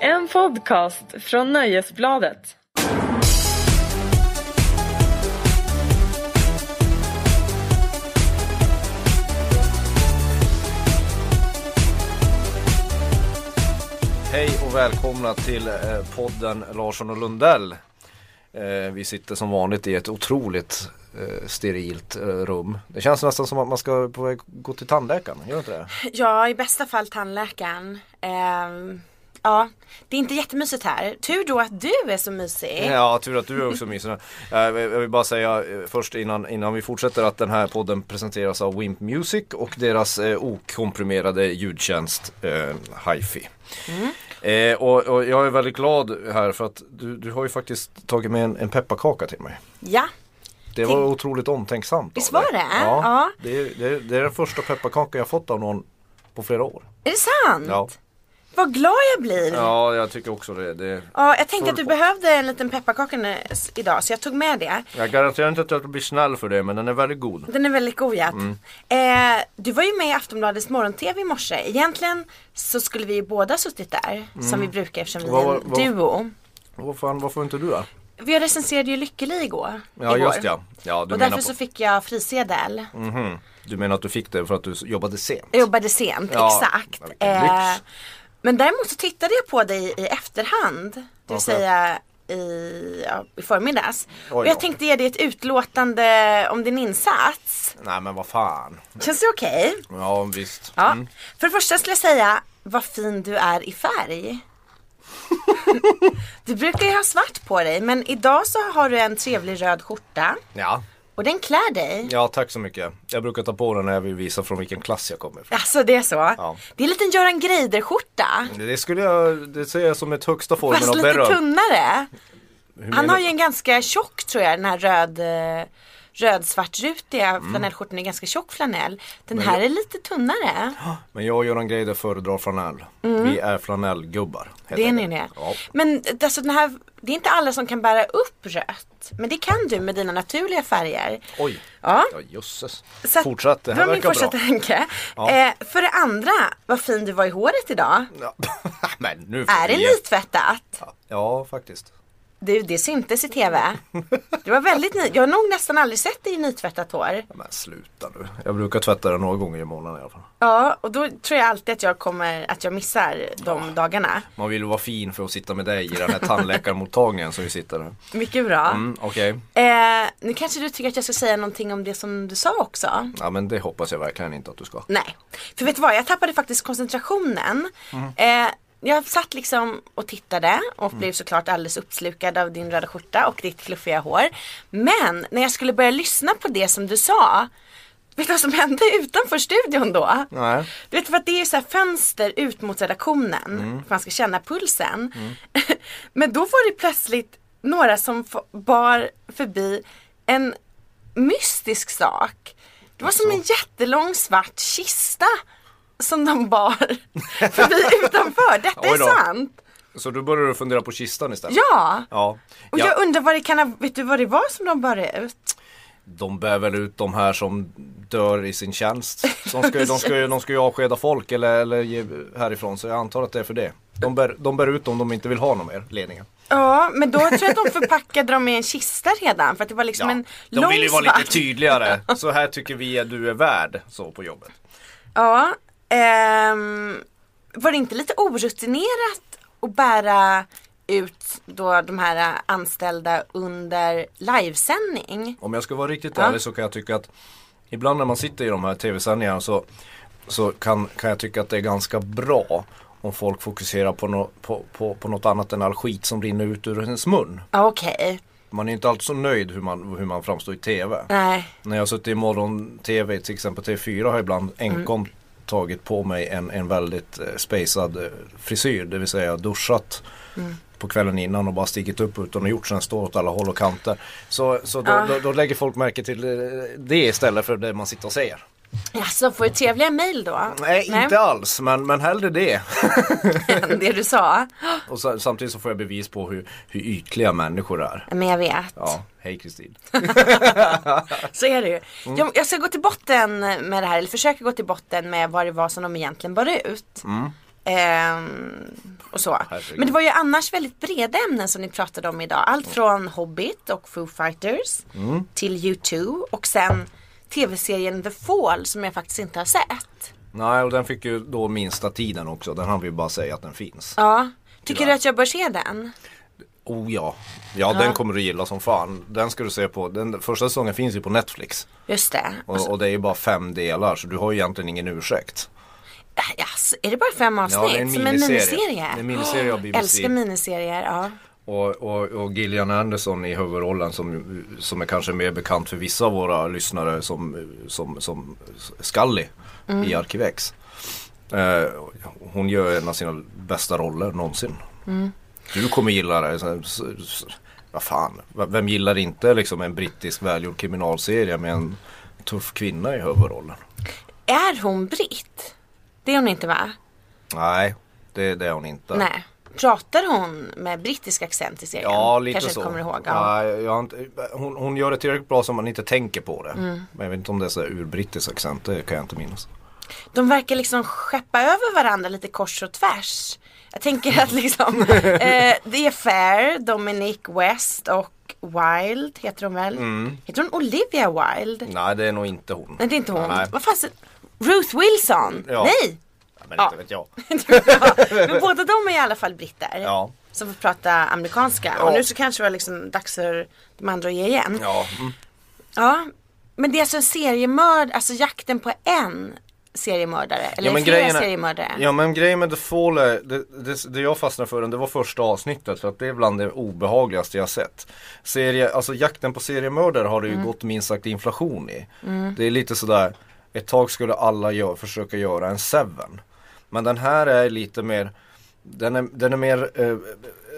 En podcast från Nöjesbladet. Hej och välkomna till eh, podden Larsson och Lundell. Eh, Vi sitter som vanligt i ett otroligt eh, sterilt eh, rum. Det känns nästan som att man ska på väg gå till tandläkaren, gör det inte det? Ja, i bästa fall tandläkaren. Ehm, ja, det är inte jättemysigt här. Tur då att du är så mysig. Ja, tur att du är också mysig. Eh, Jag vill bara säga eh, först innan, innan vi fortsätter att den här podden presenteras av Wimp Music och deras eh, okomprimerade ljudtjänst eh, Hi-Fi. Eh, och, och jag är väldigt glad här för att du, du har ju faktiskt tagit med en, en pepparkaka till mig. Ja, Det var otroligt omtänksamt. av Visst var dig. det? Ja, Ja. Det, är, det, är, det är den första pepparkakan jag fått av någon på flera år. är det sant? Ja, Vad glad jag blir. Ja. ja jag tycker också det. det jag tänkte att du Full pott. behövde en liten pepparkaka nu- s- idag så jag tog med det. Jag garanterar inte att jag blir snäll för det men den är väldigt god. Den är väldigt god ja. Mm. Eh, du var ju med i Aftonbladets morgon-tv i morse. Egentligen så skulle vi ju båda suttit där som vi brukar eftersom vi Mm. Vad är var- en vad- duo. Vad fan, varför inte du då? Vi recenserade ju Lykkeli igår. Ja igår. just ja. ja du, menar Och därför på, så fick jag frisedel. du menar att du fick det för att du s- jobbade sent? Jag jobbade sent, Ja, exakt. men vilken Eh, lyx. men däremot så tittade jag på dig i efterhand. Det vill Okej. säga i, ja, i förmiddags. och då. jag tänkte ge dig ett utlåtande om din insats. Nej men vad fan. Känns det okej? Ja visst. Ja. Mm. För det första skulle jag säga, vad fin du är i färg. du brukar ju ha svart på dig men idag så har du en trevlig röd skjorta. Ja. Och den klär dig. ja, tack så mycket. Jag brukar ta på den när jag vill visa från vilken klass jag kommer ifrån. Alltså det är så. Ja. Det är en liten Göran Greider-skjorta. Det skulle jag, det ser jag som ett högsta formen Fast av lite beröm. tunnare. Hur Han menar- har ju en ganska tjock tror jag, den här röd eh, röd-svartrutiga Mm. flanellskjortan är ganska tjock flanell. Den här är lite tunnare. Men jag och Göran Greider föredrar flanell. Vi är flanellgubbar. helt Mm. Det är ni enkelt. det. Ja. Men eh, alltså den här, det är inte alla som kan bära upp rött. Men det kan du med dina naturliga färger. Oj. Ja. Ja jösses. Så att- Fortsätt, det här var min verkar första bra. tanke. Ja. Eh, för det andra, vad fin du var i håret idag. Ja. Men nu får Är det vi ge- nytvättat? Ja faktiskt. Du, det syntes i TV. Det var väldigt ny- Jag har nog nästan aldrig sett dig i nytvättat hår. Men sluta nu. Jag brukar tvätta det några gånger i månaden i alla fall. Ja, och då tror jag alltid att jag kommer, att jag missar de dagarna. Man vill ju vara fin för att sitta med dig i den här tandläkarmottagningen som vi sitter här. Mycket bra. Mm, Okej, Eh, nu kanske du tycker att jag ska säga någonting om det som du sa också. ja, men det hoppas jag verkligen inte att du ska. Nej, för vet du vad, jag tappade faktiskt koncentrationen. Eh, jag satt liksom och tittade och blev såklart alldeles uppslukad av din röda skjorta och ditt fluffiga hår. Men när jag skulle börja lyssna på det som du sa, vet du vad som hände utanför studion då? Nej. Du vet för att det är så här fönster ut mot redaktionen för Mm. att man ska känna pulsen. Men då var det plötsligt några som f- bar förbi en mystisk sak. Det var som en jättelång svart kista som de bar förbi utanför. Detta Oj är då. sant. Så då börjar du fundera på kistan istället? Ja. Ja. Och ja. jag undrar vad det kan ha, vet du vad det var som de bar ut? De bär väl ut de här som dör i sin tjänst. De ska ju, de ska ju, de ska ju avskeda folk eller, eller ge härifrån så jag antar att det är för det. De bär, de bär ut dem de inte vill ha någon mer, ledningen. Ja, men då tror jag att de förpackade dem i en kista redan för att det var liksom en lång de vill ju vara svart lite tydligare. Så här tycker vi att du är värd, så på jobbet. Ja, ehm, var det inte lite orutinerat att bära ut då de här anställda under livesändning? Om jag ska vara riktigt Ja. ärlig så kan jag tycka att ibland när man sitter i de här tv-sändningarna så, så kan, kan jag tycka att det är ganska bra om folk fokuserar på, nå på, på, på något annat än all skit som rinner ut ur ens mun. Ja, Okej, Man är inte alltid så nöjd hur man, hur man framstår i tv. nej. När jag har suttit i morgon-tv, till exempel TV4 har jag ibland enkom tagit på mig en, en väldigt eh, spacad eh, frisyr. Det vill säga jag har duschat på kvällen innan och bara stigit upp utan att gjort sen står åt alla håll och kanter. Så, så då, Ah. då, då lägger folk märke till eh, det istället för det man sitter och säger. Alltså får du trevliga mejl då? Nej, inte alls men, men hellre det. än det du sa. Och sa- samtidigt så får jag bevis på hur, hur ytliga människor är. Men jag vet, Ja, hej Kristin. så är det ju. Mm. Jag, jag ska gå till botten med det här, eller försöka gå till botten med vad det var som de egentligen bar ut. Ehm, och så. Mm. Herregud. Mm. Men det var ju annars väldigt breda ämnen som ni pratade om idag. Allt från Hobbit och Foo Fighters till U2 och sen tv-serien The Fall som jag faktiskt inte har sett. Nej, och den fick ju då minsta tiden också. Den hann vi bara säga att den finns. Ja. Tycker Tyvärr. du att jag bör se den? Oh ja. ja. den kommer du gilla som fan. Den ska du se på. Den första säsongen finns ju på Netflix. Just det. Och, och det är ju bara fem delar så du har ju egentligen ingen ursäkt. Äh, Jaså, är det bara fem avsnitt? Ja, det är en som en miniserie. miniserie? Det är en miniserie av Åh, BBC. Älskar miniserier, ja. Och, och, och Gillian Anderson i huvudrollen som, som är kanske mer bekant för vissa av våra lyssnare som, som, som Scully i Arkivex. Eh, hon gör en av sina bästa roller någonsin. Du kommer gilla det. Så- så- så- Vad fan, v- vem gillar inte liksom en brittisk välgjord kriminalserie med en tuff kvinna i huvudrollen? Är hon britt? Det är hon inte va? Nej, det, det är hon inte. Nej. Pratar hon med brittisk accent i serien? Ja, lite Kanske så. kommer ihåg. Ja, Ja. jag har inte, hon, hon gör det tillräckligt bra så man inte tänker på det. Mm. Men jag vet inte om det är så här urbrittisk accent, det kan jag inte minnas. De verkar liksom skeppa över varandra lite kors och tvärs. Jag tänker att liksom eh, The Affair, Dominic West och Wilde heter hon väl? Mm. Heter hon Olivia Wilde? Nej, det är nog inte hon. Nej det är inte hon. Nej, Vad fan så- Ruth Wilson? Ja. Nej! men Ja. inte vet jag. Men båda de är i alla fall britter. Ja. Som får prata amerikanska. Och Ja. nu så kanske det var liksom dags för de andra att ge igen. Ja, mm. Ja, men det är alltså en seriemörd, alltså jakten på en seriemördare. Eller Ja, men flera grejen är- seriemördare. Ja men grejen med The Fall är, det, det, det jag fastnade för den, det var första avsnittet för att det är bland det obehagligaste jag sett. Serie, alltså jakten på seriemördare har det ju gått minst sagt inflation i. Det är lite sådär, ett tag skulle alla gö- försöka göra en Seven. Men den här är lite mer, den är, den är mer eh,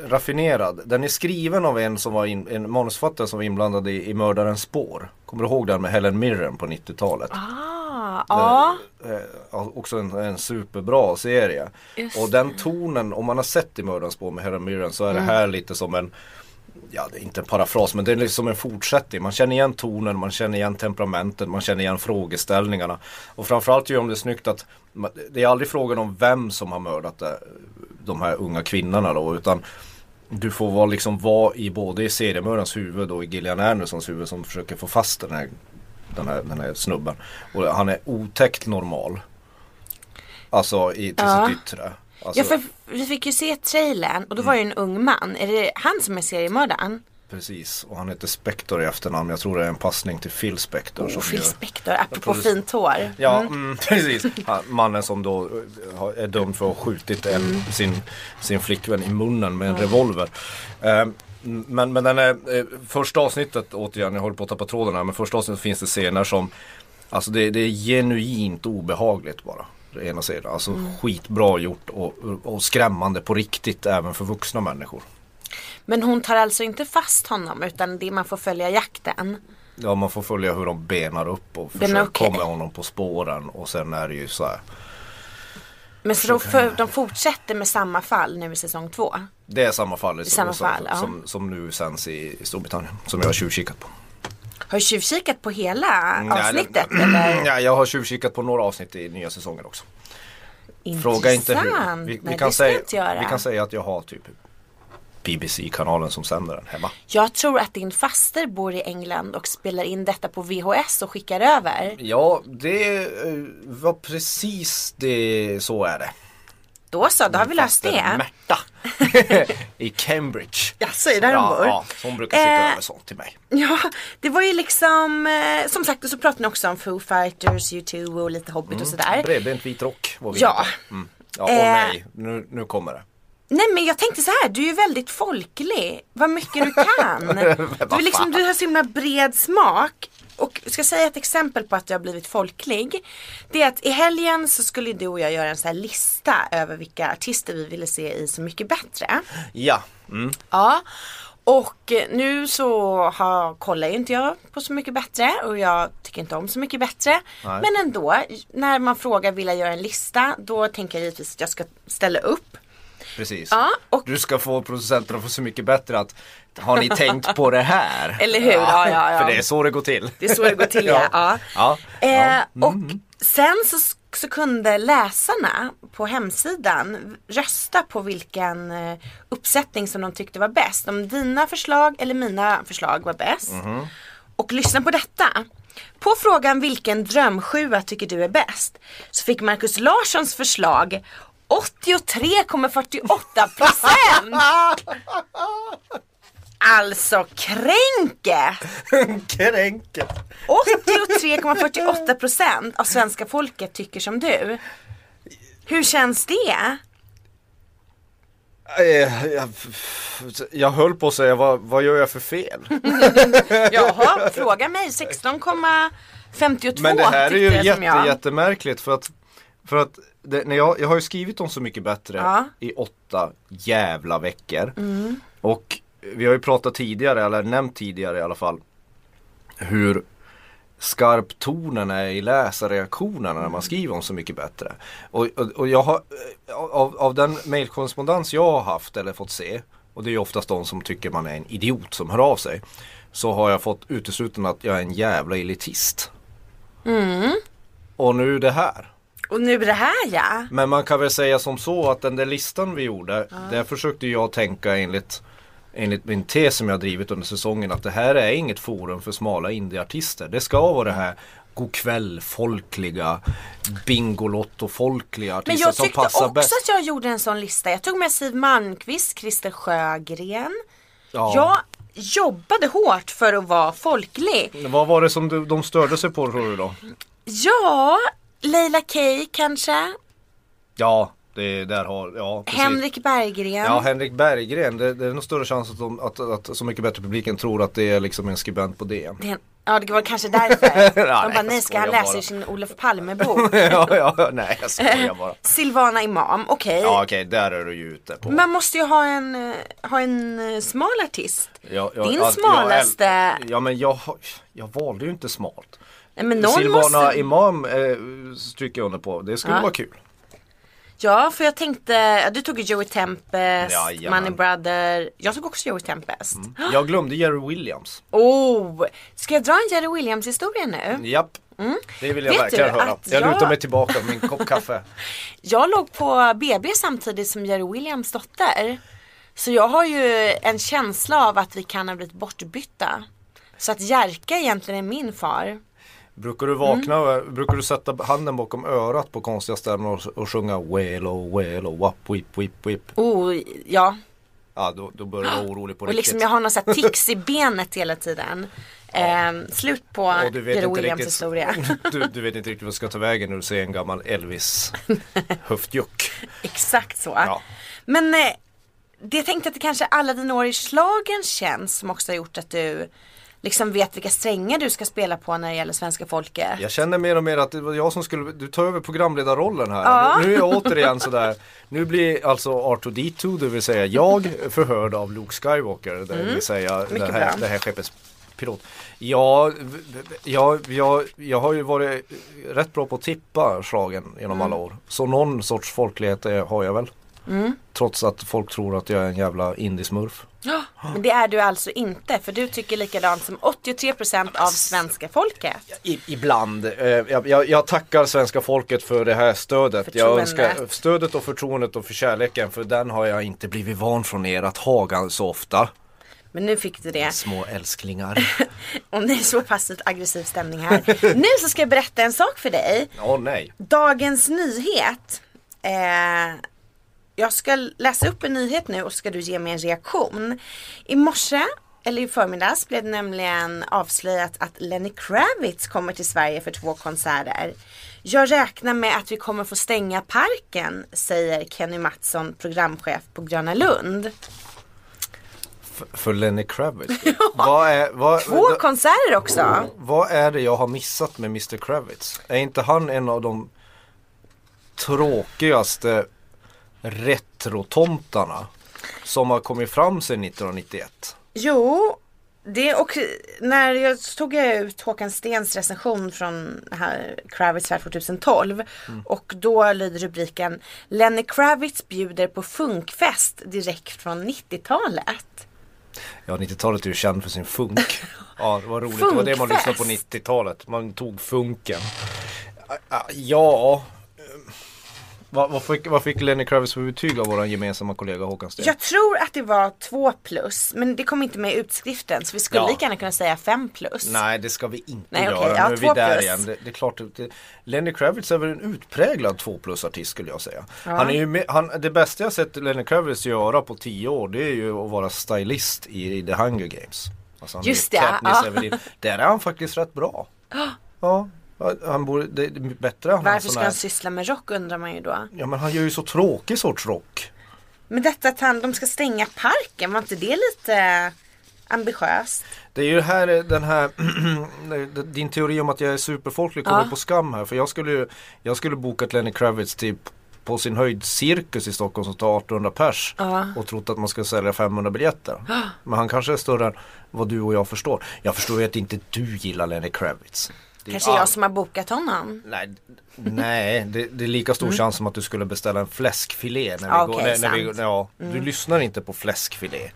raffinerad. Den är skriven av en som var in, en manusfattare som var inblandad i, i Mördarens spår. Kommer du ihåg den med Helen Mirren på 90-talet? Ah, ja. eh, ja, också en, en superbra serie. Just och den tonen, om man har sett i Mördarens spår med Helen Mirren så är det här lite som en Ja, det är inte en parafras men det är liksom en fortsättning. Man känner igen tonen, man känner igen temperamentet, man känner igen frågeställningarna. Och framförallt gör de det snyggt att ma- det är aldrig frågan om vem som har mördat eh, de här unga kvinnorna då utan du får vara, liksom vara i både i seriemördarens huvud och i Gillian Andersons huvud som försöker få fast den här den här, den här snubben. Och han är otäckt normal. Alltså i, till Ja. sitt yttre. Alltså, Ja, för vi fick ju se trailern och då var ju en ung man. Är det han som är seriemördaren? Precis, och han heter Spector i efternamn. Jag tror det är en passning till Phil Spector. Oh, som Phil ju- Spector, apropå Jag tror det- fint hår. Ja, mm, precis. Han, mannen som då eh, har- är dömd för att ha skjutit en, Mm. sin, sin flickvän i munnen med en revolver. Eh, men, men den är, eh, första avsnittet, återigen, jag håller på att tappa tråden här, men första avsnittet finns det scener som, alltså det, det är genuint obehagligt bara. Det ena sidan, alltså Mm. skitbra gjort och, och skrämmande på riktigt även för vuxna människor. Men hon tar alltså inte fast honom utan det man får följa jakten. Ja man får följa hur de benar upp och Den är försöker okej. komma honom på spåren och sen är det ju så här. Men så de, för, de fortsätter med samma fall nu i säsong två. Det är samma fall, som, samma som, fall, ja. som, som nu sänds i Storbritannien. Som jag har tjuvkikat på. Har du tjuvkikat på hela Mm, Nej, det- avsnittet eller? Ja, jag har tjuvkikat på några avsnitt i nya säsongen också. Fråga inte hur. Intressant. Vi, vi, Nej, kan det ska jag säga, inte göra. vi kan säga att jag har typ BBC-kanalen som sänder den hemma. Jag tror att din faster bor i England och spelar in detta på VHS och skickar över. Ja, det eh, var precis det. Så är det. Då så, då har vi löst Faster det. Märta i Cambridge. Jaså, är det där hon ja, bor? ja, så hon brukar skicka Eh, över sånt till mig. Ja, det var ju liksom, eh, som sagt, och så pratade ni också om Foo Fighters, U2 och lite Hobbit och sådär. Bredbent vit rock var vi eh, Ja. inne på. Mm. Ja, och Eh, nej, nu, nu kommer det. Nej men jag tänkte så här, du är ju väldigt folklig. Vad mycket du kan. Du, är liksom, du har så himla bred smak. Och jag ska säga ett exempel på att jag har blivit folklig. Det är att i helgen så skulle du och jag göra en så här lista över vilka artister vi ville se i Så Mycket Bättre. Ja, mm. Ja. Och eh, nu så har, kollar ju inte jag på Så Mycket Bättre och jag tycker inte om Så Mycket Bättre. Nej. Men ändå, när man frågar vill jag göra en lista då tänker jag givetvis att jag ska ställa upp. precis. Ja, och, Du ska få producenterna att få så mycket bättre att har ni tänkt på det här? Eller hur? Ja, ja, ja. För det är så det går till. det är så det går till ja. ja. Ja. Eh, Ja. Och sen så, så kunde läsarna på hemsidan rösta på vilken eh, uppsättning som de tyckte var bäst. Om dina förslag eller mina förslag var bäst. Och lyssna på detta. På frågan vilken drömsjua tycker du är bäst? Så fick Markus Larssons förslag 83,48 procent! Alltså kränket! mm. Kränket. 83,48 procent av svenska folket tycker som du. Hur känns det? Eh, Jag, jag höll på att säga vad, vad gör jag för fel? Jaha, fråga mig. 16,52 Men det här är ju tyckte jag jätte, som jag. jättemärkligt för att, för att det, när jag, jag har ju skrivit om Så Mycket Bättre Ja. i åtta jävla veckor. Och vi har ju pratat tidigare, eller nämnt tidigare i alla fall, hur skarp tonen är i läsarreaktionerna när man skriver om Så Mycket Bättre. Och, och, och jag har, eh, av, av den mejlkorrespondens jag har haft eller fått se, och det är ju oftast de som tycker man är en idiot som hör av sig, så har jag fått utesluten att jag är en jävla elitist. Och nu det här. Och nu det här ja. Men man kan väl säga som så att den där listan vi gjorde, där försökte jag tänka enligt Enligt min tes som jag drivit under säsongen att det här är inget forum för smala indieartister. Det ska vara det här godkväll-folkliga, Bingolotto-folkliga Men artister jag som tyckte passar också bäst. att jag gjorde en sån lista. Jag tog med Siw Malmkvist, Christer Sjögren. Ja. Jag jobbade hårt för att vara folklig. Vad var det som du, de störde sig på tror du då? Ja, Leila Kay kanske. Ja, det där har, ja precis. Henrik Berggren. Ja, Henrik Berggren. Det, det är nog större chans att, de, att, att Så Mycket Bättre publiken tror att det är liksom en skribent på DN. Det, ja det var kanske därför. De Ja, bara, jag nej ska skojar han läsa bara." ur sin Olof Palme-bok? ja, ja, nej jag skojar bara. Silvana Imam, okej. Ja okej, där är du ju ute på. Man måste ju ha en, eh, ha en eh, smal artist. Ja, ja, Din ja, smalaste. Jag, äl- ja men jag, har- jag valde ju inte smalt. Nej, men någon Silvana måste... Imam eh, stryker jag under på, det skulle Ja. vara kul. Ja, för jag tänkte, ja, du tog ju Joey Tempest, Jajamän. Mm. Money Brother. Jag tog också Joey Tempest. Jag glömde Jerry Williams. Oh, ska jag dra en Jerry Williams historia nu? Japp, det vill jag Mm. Vet verkligen du höra. att Jag jag- lutar mig tillbaka med min kopp kaffe. Jag låg på BB samtidigt som Jerry Williams dotter. Så jag har ju en känsla av att vi kan ha blivit bortbytta. Så att Jerka egentligen är min far. Brukar du vakna, Mm. och- brukar du sätta handen bakom örat på konstiga ställen och, och sjunga Welo, Welo, oh, Wap, Whip, Whip, Whip? Oh, ja. Ja, då, då börjar du vara orolig på Och riktigt. liksom jag har någon sån här tics i benet hela tiden. Ehm, slut på Och du vet Jerry inte Williams riktigt- historia. Du, du vet inte riktigt vad du ska ta vägen när du ser en gammal Elvis höftjuck. Exakt så. Ja. Men eh, det jag tänkte att det kanske är alla dina år i slagen känns som också har gjort att du liksom vet vilka strängar du ska spela på när det gäller svenska folket. Jag känner mer och mer att det var jag som skulle, du tar över programledarrollen här. Ja. Nu, nu är jag återigen sådär, nu blir alltså R2D2, det vill säga jag, förhörd av Luke Skywalker, det vill säga det Mm. Mycket här, bra. det här skeppets pilot. Ja, jag, jag, jag har ju varit rätt bra på att tippa slagen genom alla Mm. år. Så någon sorts folklighet är- har jag väl. Trots att folk tror att jag är en jävla indiesmurf. Ja. Men det är du alltså inte för du tycker likadant som 83% av svenska folket. I, ibland. Eh, jag, jag, jag tackar svenska folket för det här stödet. Jag Förtroendet. önskar stödet och förtroendet och för kärleken för den har jag inte blivit van från er att ha gan- så ofta. Men nu fick du det. Små älsklingar. Och det är så passivt aggressiv stämning här. Nu så ska jag berätta en sak för dig. Åh nej. Dagens nyhet. Eh, jag ska läsa upp en nyhet nu och ska du ge mig en reaktion. I morse, eller i förmiddags, blev det nämligen avslöjat att Lenny Kravitz kommer till Sverige för två konserter. Jag räknar med att vi kommer få stänga parken, säger Kenny Mattsson, programchef på Gröna Lund. F- för Lenny Kravitz. vad, är, vad, Två konserter också. vad är det jag har missat med Mr Kravitz? Är inte han en av de tråkigaste retrotomtarna som har kommit fram sedan 1991? Jo, Det, och när jag så tog jag ut Håkan Stens recension från här Kravitz här 2012 Mm. och då lyder rubriken Lenny Kravitz bjuder på funkfest direkt från 90-talet. Ja, 90-talet är ju känd för sin funk. Ja, det var roligt. Det var det man lyssnade på Funkfest. 90-talet. Man tog funken. Ah, ah, Ja, eh, vad, vad, fick, vad fick Lenny Kravitz för betyg av vår gemensamma kollega Håkan Sten? Jag tror att det var 2 plus men det kom inte med i utskriften så vi skulle Ja. lika gärna kunna säga 5 plus. Nej, det ska vi inte Nej, göra. okej, ja, nu är vi två där plus. igen. Det, det är klart, det, Lenny Kravitz är väl en utpräglad 2 plus artist skulle jag säga. Han är ju med, han, det bästa jag sett Lenny Kravitz göra på 10 år det är ju att vara stylist i, The Hunger Games. Alltså, han är Just ju det, Katniss ja. Everdeen. Där är han faktiskt rätt bra. Ja, han borde, det är bättre än Varför ska sån här- han syssla med rock undrar man ju då. Ja men han gör ju så tråkig sorts rock. Men detta att han, de ska stänga parken, var inte det lite ambitiöst? Det är ju här eh, den här Din teori om att jag är superfolklig kommer Ja. på skam här för jag skulle ju Jag skulle bokat Lenny Kravitz till På sin höjd cirkus i Stockholm som tar 1800 pers Ja. Och trott att man skulle sälja 500 biljetter Men han kanske är större än vad du och jag förstår Jag förstår ju att inte du gillar Lenny Kravitz Det är Kanske all- jag som har bokat honom. Nej, nej det, det är lika stor chans som att du skulle beställa en fläskfilé när vi Ja, går, Mm. Ah, okej, när, när vi, sant. Mm. ja, Du lyssnar inte på fläskfilé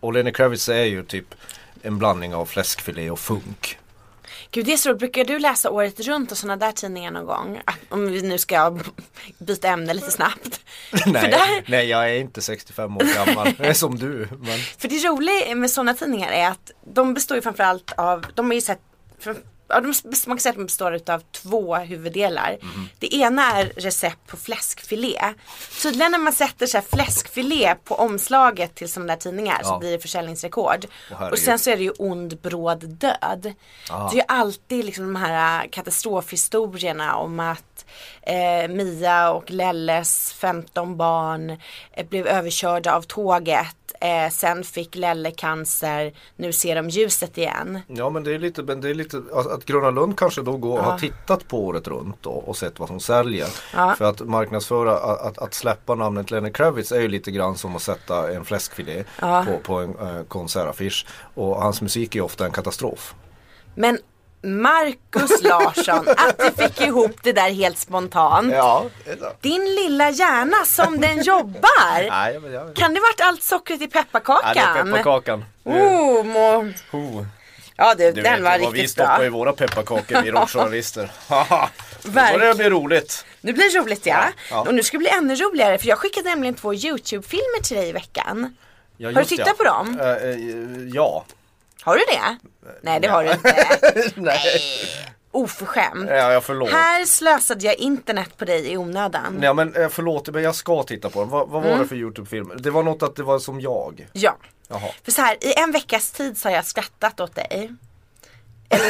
Och Lenny Kravitz är ju typ en blandning av fläskfilé och funk Gud det är så roligt. brukar du läsa året runt och sådana där tidningar någon gång? Ah, Om vi nu ska b- byta ämne lite snabbt. nej, där- nej jag är inte 65 år gammal, jag är som du men, För det roliga med sådana tidningar är att de består ju framförallt av, de är ju sett, fram- ja, de, man kan säga att de består av två huvuddelar. Det ena är recept på fläskfilé. Tydligen när man sätter så här fläskfilé på omslaget till sådana där tidningar så Ja. blir det försäljningsrekord. Åh, herregud. och sen så är det ju ond bråd död. Det är ju alltid liksom de här äh, katastrofhistorierna om att eh, Mia och Lelles 15 barn eh, blev överkörda av tåget. Eh, sen fick Lelle cancer, nu ser de ljuset igen. Ja men det är lite, men det är lite att, att Gröna Lund kanske då går, har tittat på året runt då, och sett vad som säljer Ja. För att marknadsföra, att, att, att släppa namnet Lenny Kravitz är ju lite grann som att sätta en fläskfilé på, på en eh, konsertaffisch Och hans musik är ju ofta en katastrof Men Marcus Larsson, att du fick ihop det där helt spontant. Ja, Din lilla hjärna som den jobbar. Nej, men jag... Kan det varit allt sockret i Ja, det är pepparkakan? pepparkakan. Oh, må... Oh. Ja du, Du vet den var ju vad vi riktigt stoppar bra. i våra pepparkakor, vi rockjournalister. Haha, Nu Verk- börjar det bli roligt. Nu blir det roligt ja. ja. Och nu ska det bli ännu roligare för jag skickade nämligen två YouTube-filmer till dig i veckan. Ja, Har du just tittat ja. på dem? Eh, eh, ja. Har du det? Nej det har du inte. Nej. Oförskämt. Ja, jag förlåt. Här slösade jag internet på dig i onödan. Nej men eh, förlåt, men jag ska titta på dem. Vad, vad var Mm. det för Youtube-film? Det var något att det var som jag. Ja. Jaha. För så här, i en veckas tid så har jag skrattat åt dig. Eller,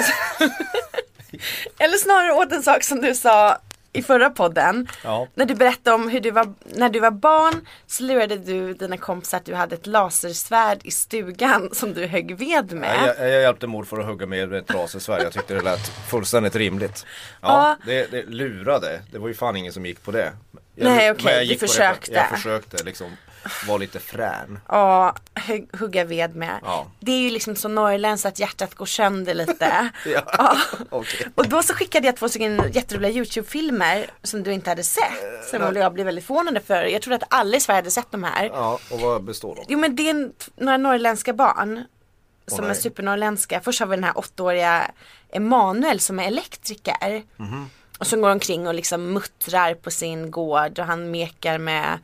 eller snarare åt en sak som du sa i förra podden. Ja. När du berättade om hur du var, när du var barn så lurade du dina kompisar att du hade ett lasersvärd i stugan som du högg ved med. Nej, Jag, jag hjälpte morfar att hugga med ett ras i Sverige. Jag tyckte det lät fullständigt rimligt. Ja. Ja, det, det lurade. Det var ju fan ingen som gick på det. Jag, Nej, men okej, jag du gick på det. försökte. Jag försökte liksom vara lite frän. Ja, hugg- hugga ved med. Ja. Det är ju liksom så norrländskt att hjärtat går sönder lite. Ja. Okej. Och då så skickade jag två stycken jätteroliga YouTube-filmer som du inte hade sett. Som Eh, Olle och jag blev väldigt förvånade för. Jag trodde att alla i Sverige hade sett de här. Ja, och vad består de? Jo men det är en, t- några norrländska barn. Som är nej. supernorrländska. Först har vi den här åttaåriga Emanuel som är elektriker. Och som går omkring och liksom muttrar på sin gård och han mekar med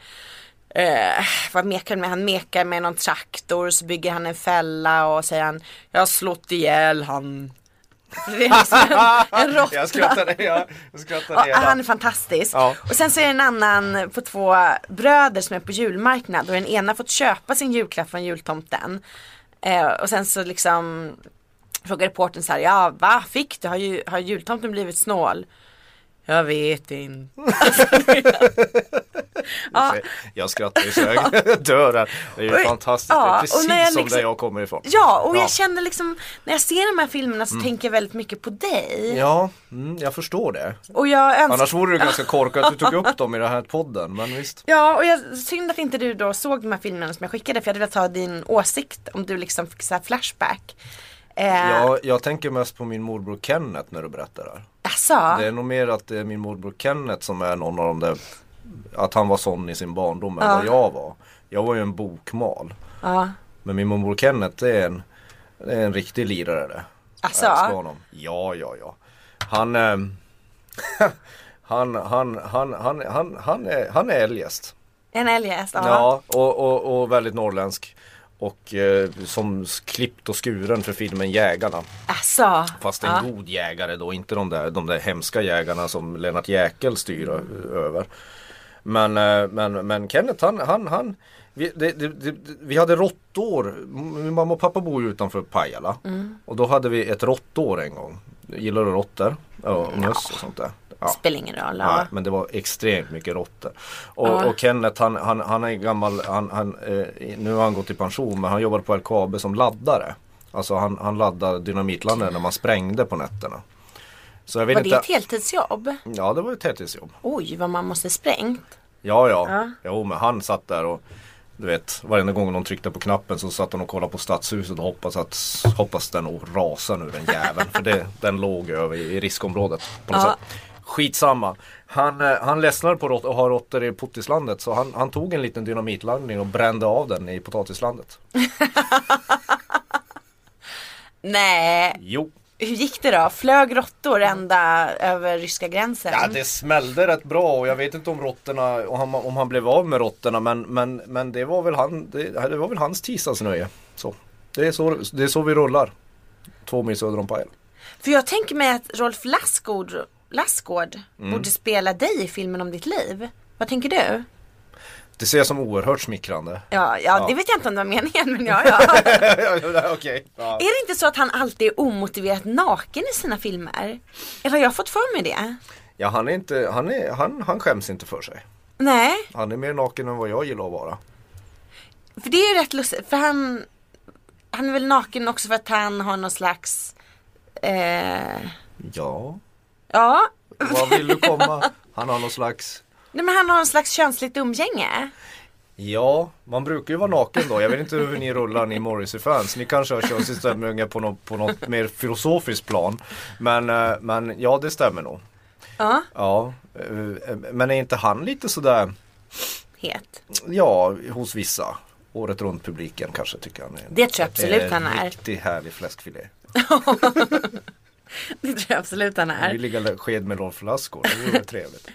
eh, vad mekar han med? Han mekar med någon traktor och så bygger han en fälla och säger han Jag har slått ihjäl han. Det är liksom en, en råtta. Jag skrattade, jag, jag skrattade Ja, han är redan. fantastisk. Ja. Och sen så är det en annan på två bröder som är på julmarknad och den ena har fått köpa sin julklapp från jultomten. Eh, och sen så liksom frågar reportern så här, ja va fick du, har, ju, har jultomten blivit snål? Jag vet inte. Ja. Jag skrattar ju så jag dör här. Det är ju Och- fantastiskt, det ja, är och precis när jag som liksom- där jag kommer ifrån. Ja, och Ja. Mm. jag känner liksom när jag ser de här filmerna så tänker jag väldigt mycket på dig. Ja, mm, jag förstår det. Och jag önskar Annars vore det ganska korkat att du tog upp dem i den här podden, men visst. Ja, och jag, synd att inte du då såg de här filmerna som jag skickade för jag hade velat ha din åsikt om du liksom fick så här flashback. Eh, Jag, jag tänker mest på min morbror Kenneth när du berättar det här. Alltså, Det är nog mer att det är min morbror Kenneth som är någon av de där Att han var sån i sin barndom än Ja. vad jag var Jag var ju en bokmal ja. Men min morbror Kenneth det är en, det är en riktig lirare det Asså? Jag älskar honom Ja ja ja Han eh, Han, han, han, han, han, han, är, han är eljest En eljest, ja. Ja, och, och, och väldigt norrländsk Och eh, som s- klippt och skuren för filmen Jägarna Alltså. Fast en ja. god jägare då, inte de där, de där hemska jägarna som Lennart Jäkel styr ö- över. Men, eh, men, men Kenneth han, han, han vi, det, det, det, vi hade råttår, M- min mamma och pappa bor ju utanför Pajala. Mm. Och då hade vi ett råttår en gång. Gillar du råttor? Ja, och möss och sånt där. Ja. Spelar ingen roll. Nej, Ja. men det var extremt mycket råttor. Och, Ja. och Kenneth han, han, han är gammal, han, han, eh, nu har han gått i pension men han jobbade på LKAB som laddare. Alltså han, han laddade dynamitladdare när man sprängde på nätterna. Så jag vet Var det inte. ett heltidsjobb? Ja det var ett heltidsjobb. Oj, vad man måste sprängt. Ja, ja. Ja. Jo, men han satt där och du vet, varenda gång de tryckte på knappen så satt han och kollade på stadshuset och hoppas att hoppas den och rasar nu den jäveln. för det, den låg över i riskområdet på något Ja. sätt. Skitsamma. Han, eh, han ledsnar på rått och har råttor i potatislandet så han, han tog en liten dynamitladdning och brände av den i potatislandet. Nej, Jo. hur gick det då? Flög råttor ända över ryska gränsen? Ja det smällde rätt bra och jag vet inte om råttorna, om han, om han blev av med råttorna men, men, men det, var väl han, det, det var väl hans tisdagsnöje. Så. Det, är så, det är så vi rullar. Två mil söder om Pajala. För jag tänker mig att Rolf Lassgård, Lassgård Mm. borde spela dig i filmen om ditt liv. Vad tänker du? Det ser jag som oerhört smickrande. Ja, ja, Ja. det vet jag inte om det var meningen men ja, ja. Okej. Ja. Är det inte så att han alltid är omotiverat naken i sina filmer? Eller har jag fått för mig det? ja han är inte, han, är, han, han skäms inte för sig. Nej, Han är mer naken än vad jag gillar att vara. för det är ju rätt lustigt. För han, han är väl naken också för att han har någon slags, eh, Ja. ja. Vad vill du komma? Han har någon slags Nej men han har någon slags könsligt umgänge. Ja, man brukar ju vara naken då. Jag vet inte hur ni rullar ni Morrissey-fans. Ni kanske har könsutstämningar på, något- på något mer filosofiskt plan. Men, eh, men ja, det stämmer nog. Ja, Ja, eh, eh, men är inte han lite sådär, het. ja, hos vissa? Året runt publiken kanske tycker han är. Det tror jag absolut är han är. En riktigt härlig fläskfilé. Det tror jag absolut han Han vill är. ligga sked med Rolf Lassgård, det vore trevligt.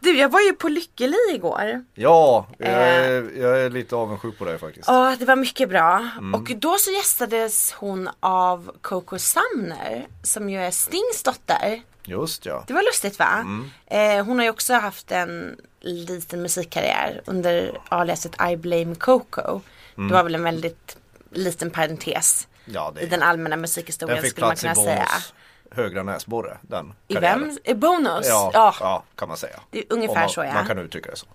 Du, jag var ju på Lyckeli igår. Ja, jag är, jag är lite avundsjuk på dig faktiskt. Eh. Ja, det var mycket bra. Och då så gästades hon av Coco Sumner, som ju är Stings dotter. Just ja. Det var lustigt va? Mm. Eh, hon har ju också haft en liten musikkarriär under aliaset I Blame Coco. Det var väl en väldigt liten parentes Mm. Ja, i det den allmänna Den musikhistorien fick skulle man plats i kunna säga. Bonus högra näsborre. Den I karriären. vem? I Bonus? Ja, ja. kan man säga. Det är ungefär Om man, så, ja. Man kan uttrycka det så.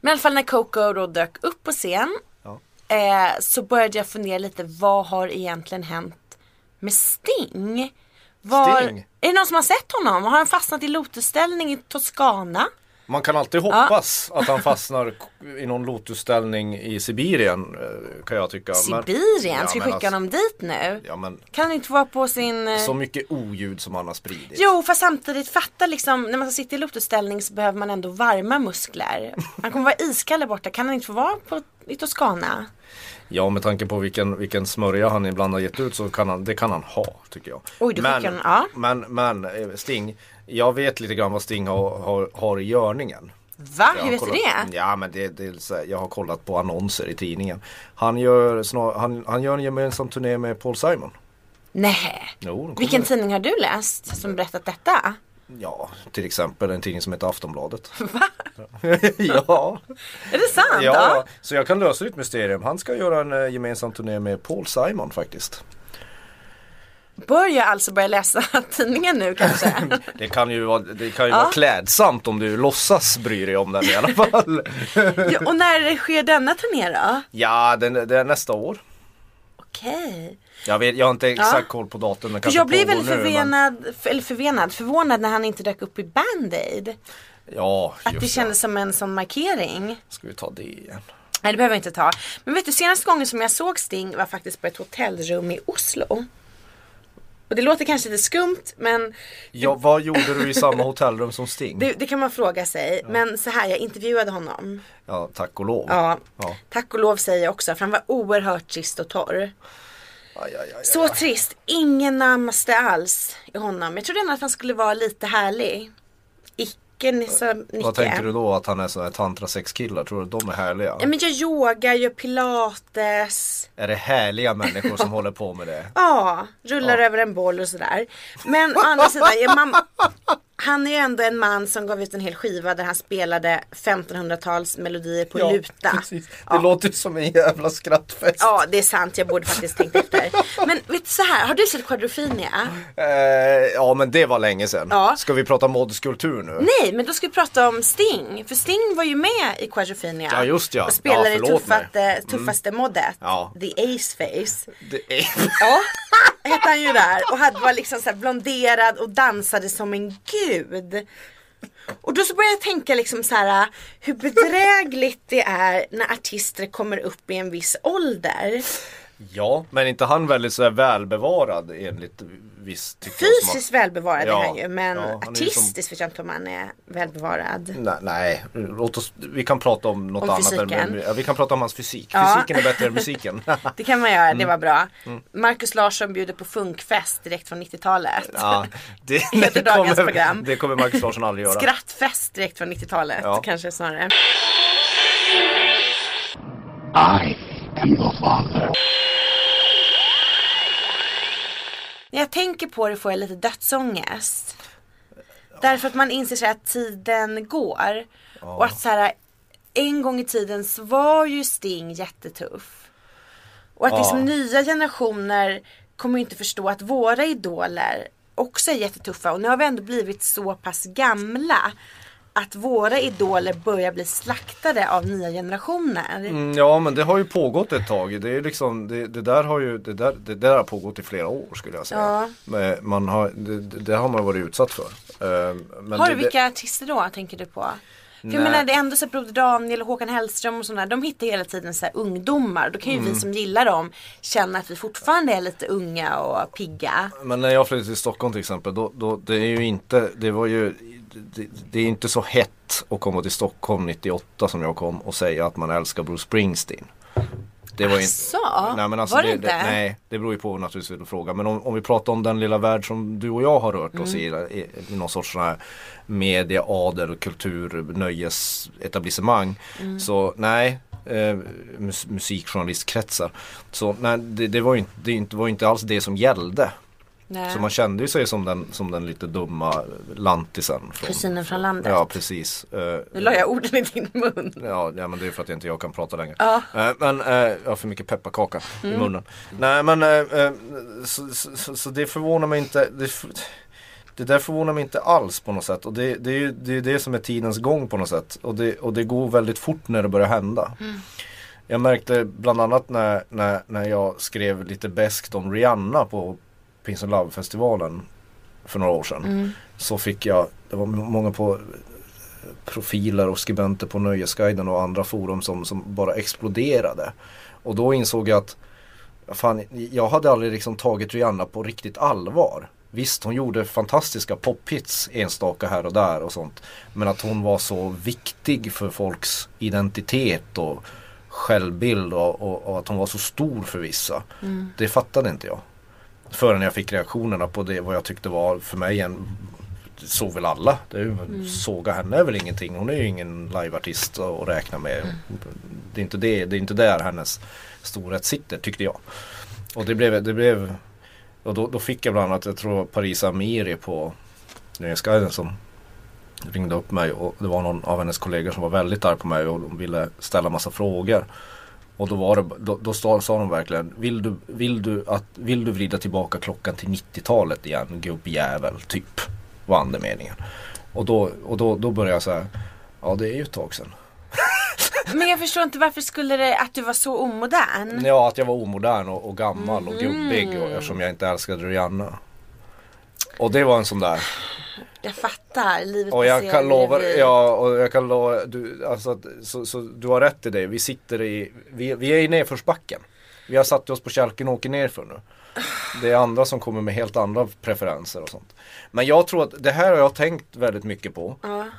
Men i alla fall när Coco då dök upp på scen Ja. eh, så började jag fundera lite vad har egentligen hänt med Sting? Var, Sting? Är det någon som har sett honom? Har han fastnat i lotusställning i Toscana? Man kan alltid hoppas att han fastnar k- i någon lotusställning i Sibirien eh, kan jag tycka. Men- Sibirien? Ja, Ska vi men skicka alltså- honom dit nu? Ja men Kan han inte få vara på sin... eh, så mycket oljud som han har spridit. Jo, fast samtidigt fatta liksom när man sitter i lotusställning så behöver man ändå varma muskler. Han kommer vara iskall där borta. Kan han inte få vara på, i Toscana? Ja med tanke på vilken, vilken smörja han ibland har gett ut så kan han, det kan han ha tycker jag. Oj, då men, skickar han- men, men eh, Sting, jag vet lite grann vad Sting har, har, har i görningen. Va? Jag Hur har vet du kollat, det? Ja men det, det är så här, jag har kollat på annonser i tidningen. Han gör, snar, han, han gör en gemensam turné med Paul Simon. Nej. Jo, de kommer- Vilken tidning har du läst som berättat detta? Ja, till exempel en tidning som heter Aftonbladet. Va? ja. Är det sant? ja, så jag kan lösa ditt mysterium. Han ska göra en eh, gemensam turné med Paul Simon faktiskt. Bör jag alltså börja läsa tidningen nu kanske? Det kan ju vara, det kan ju Ja. vara klädsamt om du låtsas bry dig om den i alla fall. ja, och när sker denna turné då? ja, den, den är nästa år. Okej. Jag, vet, jag har inte exakt koll på datum, den För kanske Jag blev pågår väldigt nu, men, förvånad, f- eller förvånad, förvånad när han inte dök upp i Band-Aid. Ja, Att det just det. kändes som en sån markering. Ska vi ta det igen? Nej det behöver jag inte ta. Men vet du senaste gången som jag såg Sting var faktiskt på ett hotellrum i Oslo. Och det låter kanske lite skumt men Ja, vad gjorde du i samma hotellrum som Sting? det, det kan man fråga sig. Men så här, jag intervjuade honom. Ja, tack och lov. Ja. Ja. Tack och lov säger jag också för han var oerhört trist och torr. Aj, aj, aj, aj. Så trist, ingen namaste alls i honom. Jag trodde ändå att han skulle vara lite härlig. Icke Nisse Nicke. Vad tänker du då att han är sådana här tantra-sexkillar? Tror du att de är härliga? Ja, men jag yogar, gör pilates. Är det härliga människor som håller på med det? Ja, rullar över en boll och sådär. Men å andra sidan, ja, man, han är ju ändå en man som gav ut en hel skiva där han spelade 1500-tals melodier på luta. Ja. låter som en jävla skrattfest. ja, det är sant. Jag borde faktiskt tänkt efter. Men vet du så här, har du sett Quadrophenia? Eh, ja men det var länge sedan. Ja. Ska vi prata modskulptur nu? Nej, men då ska vi prata om Sting. För Sting var ju med i Quadrophenia. Ja, just ja. Och spelade Ja, det förlåt mig. Mm. tuffaste, tuffaste modet. Ja. The Ace Face. Det är... Ja, hette han ju där. Och hade, var liksom så här blonderad och dansade som en gud. Och då så började jag tänka liksom så här hur bedrägligt det är när artister kommer upp i en viss ålder. Ja, men inte han väldigt så här välbevarad enligt viss typ tycker jag, som Fysiskt välbevarad Ja, är han ju men ja, han är ju som- artistiskt vet jag inte om han är välbevarad. har- Nej, nej, låt oss, vi kan prata om något Om annat. fysiken. Än, ja, vi kan prata om hans fysik. Ja. Fysiken är bättre än musiken. Mm. Det kan man göra, det var bra. Markus Larsson bjuder på funkfest direkt från 90-talet. ja, det, Heter dagens program. det kommer Marcus Larsson aldrig göra. Skrattfest direkt från 90-talet Ja. kanske snarare. I am your father. När jag tänker på det får jag lite dödsångest. Därför att man inser sig att tiden går. Och att så här, en gång i tiden så var ju Sting jättetuff. Och att Ja. liksom nya generationer kommer ju inte förstå att våra idoler också är jättetuffa. Och nu har vi ändå blivit så pass gamla. Att våra idoler börjar bli slaktade av nya generationer. Mm, Ja men det har ju pågått ett tag. Det, är liksom, det, det där har ju det där, det där har pågått i flera år skulle jag säga. Ja. Men man har, det, det det har man varit utsatt för. Eh, Men Har det- du det- vilka artister då tänker du på? För jag Nej. menar det är ändå så här Broder Daniel och Håkan Hellström och sådana de hittar hela tiden så här ungdomar. Då kan ju Mm. vi som gillar dem känna att vi fortfarande är lite unga och pigga. Men när jag flyttade till Stockholm till exempel, då, då, det är ju inte, det var ju, det, det är inte så hett att komma till Stockholm 98 som jag kom och säga att man älskar Bruce Springsteen. Det var ju Asså? nej, men alltså Var det det, inte? Nej, det beror ju på naturligtvis vilken fråga. Men om, om vi pratar om den lilla värld som du och jag har rört oss i, Mm. i, i någon sorts sån här media, adel, kultur, nöjesetablissemang. Mm. Så nej, eh, mus, musikjournalistkretsar. Så nej, det, det, var ju, inte- det inte- var ju inte alls det som gällde. Nej. Så man kände ju sig som den, som den lite dumma lantisen. Från, Kusinen från landet. Ja, precis. Eh, Nu la jag orden i din mun. Ja, ja, men det är för att inte jag kan prata längre. Ja. Eh, men eh, jag har för mycket pepparkaka i munnen. Nej, men eh, eh, så, så, så, så det förvånar mig inte. Det, f- det där förvånar mig inte alls på något sätt. Och det, det är ju det, är det som är tidens gång på något sätt. Och det, och det går väldigt fort när det börjar hända. Jag märkte bland annat när, när, när jag skrev lite beskt om Rihanna på Pins and Love-festivalen för några år sedan. Så fick jag, det var många på profiler och skribenter på Nöjesguiden och andra forum som, som bara exploderade. Och då insåg jag att fan, jag hade aldrig liksom tagit Rihanna på riktigt allvar. Visst, hon gjorde fantastiska pophits enstaka här och där och sånt. Men att hon var så viktig för folks identitet och självbild och, och, och att hon var så stor för vissa. Det fattade inte jag. Förrän jag fick reaktionerna på det vad jag tyckte var för mig en så väl alla. Det är ju, Såga henne är väl ingenting. Hon är ju ingen liveartist att räkna med. Det, är inte det, det är inte där hennes storhet sitter tyckte jag. Och det blev, det blev och då, då fick jag bland annat, jag tror Parisa Amiri på Nöjesguiden som ringde upp mig och det var någon av hennes kollegor som var väldigt arg på mig och de ville ställa massa frågor. Och Och då, var det, då, då sa, sa de verkligen, vill du, vill, du att, vill du vrida tillbaka klockan till 90-talet igen gubbjävel, typ. Var andemeningen. Och då, och då, då började jag så här, ja det är ju ett tag sedan. Men jag förstår inte varför skulle det att du var så omodern? Ja, att jag var omodern och, och gammal och gubbig och, eftersom jag inte älskade Rihanna. Och det var en sån där. Jag fattar, livet Och jag passerar kan lova, revy. ja, och jag kan lova du, alltså, att- så, så, du har rätt i det. Vi sitter i, vi, vi är i nedförsbacken. Vi har satt oss på kälken och åker nerför nu. Det är andra som kommer med helt andra preferenser och sånt. Men jag tror att det här har jag tänkt väldigt mycket på.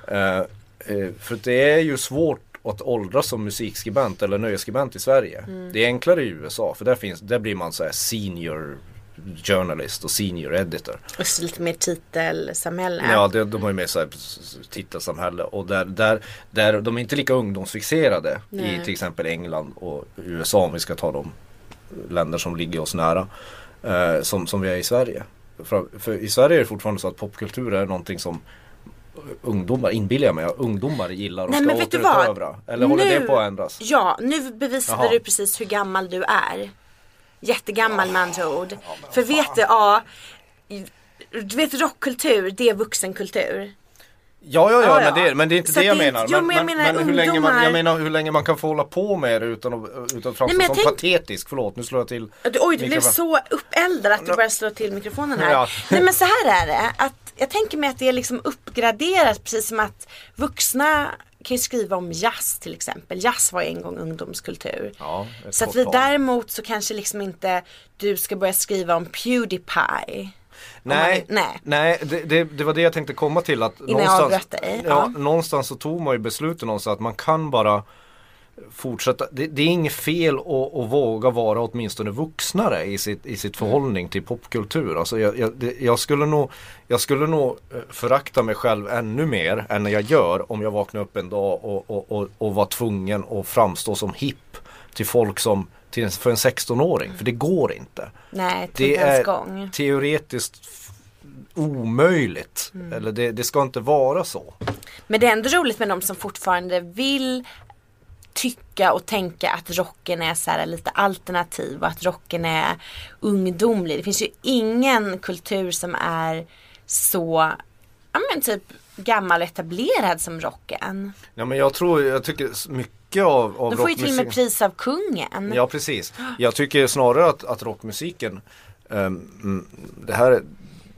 Eh, eh, för att det är ju svårt att åldras som musikskribent eller nöjesskribent i Sverige. Det är enklare i USA för där, finns, där blir man så här senior journalist och senior editor. Och så lite mer titelsamhälle. Ja, det, de har ju med sig tittarsamhälle och där, där, där de är inte lika ungdomsfixerade i Nej. till exempel England och USA om vi ska ta de länder som ligger oss nära eh, som, som vi är i Sverige. För, för i Sverige är det fortfarande så att popkultur är någonting som ungdomar, inbillar jag mig, ungdomar gillar och Nej, ska men vet du vad? återerövra. Eller håller det Nu- på att ändras? Ja, nu bevisade Jaha. du precis hur gammal du är. Jättegammal med andra ord. För vet du, ja. Du vet rockkultur, det är vuxenkultur. Ja, ja, ja, Ja, men, ja. det, är- men det är inte Så det jag att det är menar. inte- jo, men jag menar hur länge man, ungdomar- jag menar hur länge man kan få hålla på med det utan att, utan att framstå jag som tänkte- patetisk. Förlåt, nu slår jag till. Och du- Oj, du blev mikrofon. så uppeldad att du började slå till mikrofonen här. Ja. Nej men så här är det, att jag tänker mig att det är liksom uppgraderat precis som att vuxna kan ju skriva om jazz till exempel. Jazz var ju en gång ungdomskultur. Ja, ett så att kort vi tag. däremot så kanske liksom inte du ska börja skriva om Pewdiepie. Nej, man- nej. nej. det, det, det var det jag tänkte komma till att jag någonstans, avbröt dig, ja, ja. någonstans så tog man ju beslutet någonstans att man kan bara fortsätta. Det, det är inget fel att, att våga vara åtminstone vuxnare i sitt, i sitt Mm. förhållning till popkultur. Alltså jag, jag, det, jag, skulle nog, jag skulle nog eh, förakta mig själv ännu mer än jag gör om jag vaknade upp en dag och, och, och, och var tvungen att framstå som hipp till folk som till en, för en 16-åring. För det går inte. Nej, Det tidens är gång. teoretiskt f- omöjligt. Mm. Eller det, det ska inte vara så. Men det är ändå roligt med de som fortfarande vill tycka och tänka att rocken är så här lite alternativ och att rocken är ungdomlig. Det finns ju ingen kultur som är så, ja men typ gammal och etablerad som rocken. Ja, men jag tror, jag tycker s- mycket av, av De får ju till och med rockmusik- pris av kungen. Ja precis. Jag tycker snarare att, att rockmusiken, ehm, mm, det, här,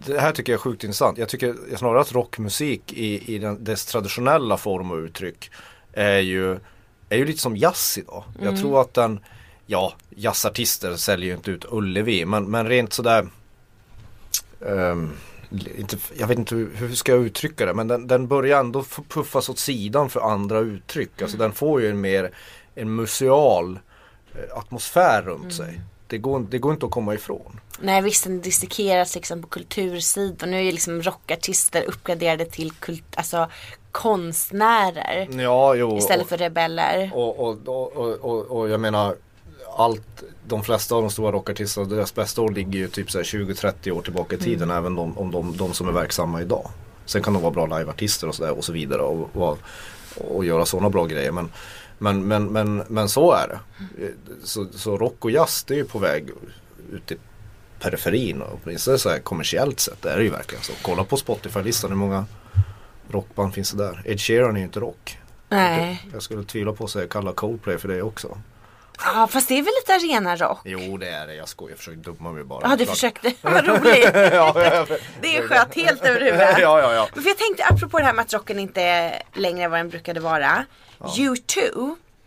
det här tycker jag är sjukt intressant. Jag tycker snarare att rockmusik i, i den, dess traditionella form och uttryck är ju, är ju lite som jazz idag. Jag tror att den, ja jazzartister säljer ju inte ut Ullevi men, men rent sådär ehm, inte, jag vet inte hur, hur ska jag uttrycka det men den, den börjar ändå f- puffas åt sidan för andra uttryck. Alltså den får ju en mer en museal eh, atmosfär runt Mm. sig. Det går, det går inte att komma ifrån. Nej visst, den dissekeras liksom på kultursidor. Nu är ju liksom rockartister uppgraderade till kult, alltså konstnärer Ja, jo. istället för rebeller. Mm. Och, och, och, och, och, och jag menar allt, de flesta av de stora rockartisterna, deras bästa år ligger ju typ så här 20-30 år tillbaka i tiden även de, om de, de som är verksamma idag. Sen kan de vara bra liveartister och så där och så vidare och, och, och göra sådana bra grejer. Men, men, men, men, men så är det. Så, så rock och jazz det är ju på väg ut i periferin och åtminstone så här kommersiellt sett är det ju verkligen så. Kolla på Spotify-listan hur många rockband finns det där. Ed Sheeran är ju inte rock. Nej. Jag skulle tvivla på att säga kalla Coldplay för det också. Ja fast det är väl lite arenarock? Jo det är det, jag skojar, jag försöker dumma mig bara. Ja du Klart. försökte, vad roligt. ja, ja, ja. Det är skönt helt över huvudet. ja, ja, ja. Men För jag tänkte apropå det här med att rocken inte är längre vad den brukade vara. U2,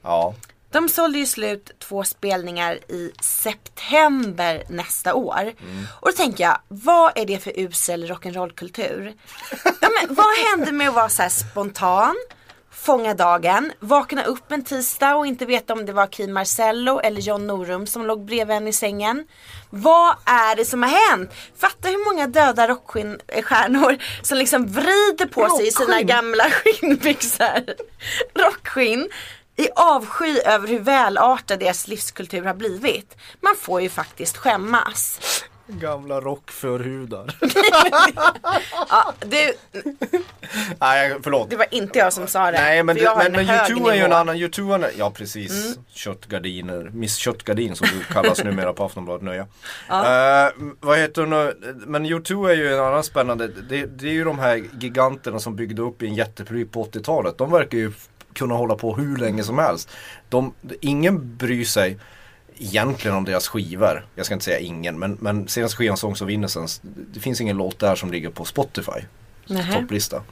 ja. de sålde ju slut två spelningar i september nästa år. Och då tänker jag, vad är det för usel rock'n'roll-kultur? ja, men, vad hände med att vara så här spontan? Fånga dagen, vakna upp en tisdag och inte veta om det var Kim Marcello eller John Norum som låg bredvid en i sängen. Vad är det som har hänt? Fatta hur många döda rockstjärnor som liksom vrider på sig i sina gamla skinnbyxor. Rockskinn. I avsky över hur välartad deras livskultur har blivit. Man får ju faktiskt skämmas. Gamla rockförhudar. Ja, du, Nej, förlåt. det var inte jag som sa det. Nej men, för du, jag har men, men en U2 är hög ju en nivå. Mm. annan, U2 är, ja precis, köttgardiner, Miss Köttgardin som du kallas numera på Aftonbladet Nöja. Eh, vad heter hon nu? men U2 är ju en annan spännande, det, det är ju de här giganterna som byggde upp i en jättebry på 80-talet. De verkar ju f- kunna hålla på hur länge som helst. De, ingen bryr sig egentligen om deras skivor. Jag ska inte säga ingen, men, men senaste skivan Songs of Innocence, det finns ingen låt där som ligger på Spotify Nähä. topplista.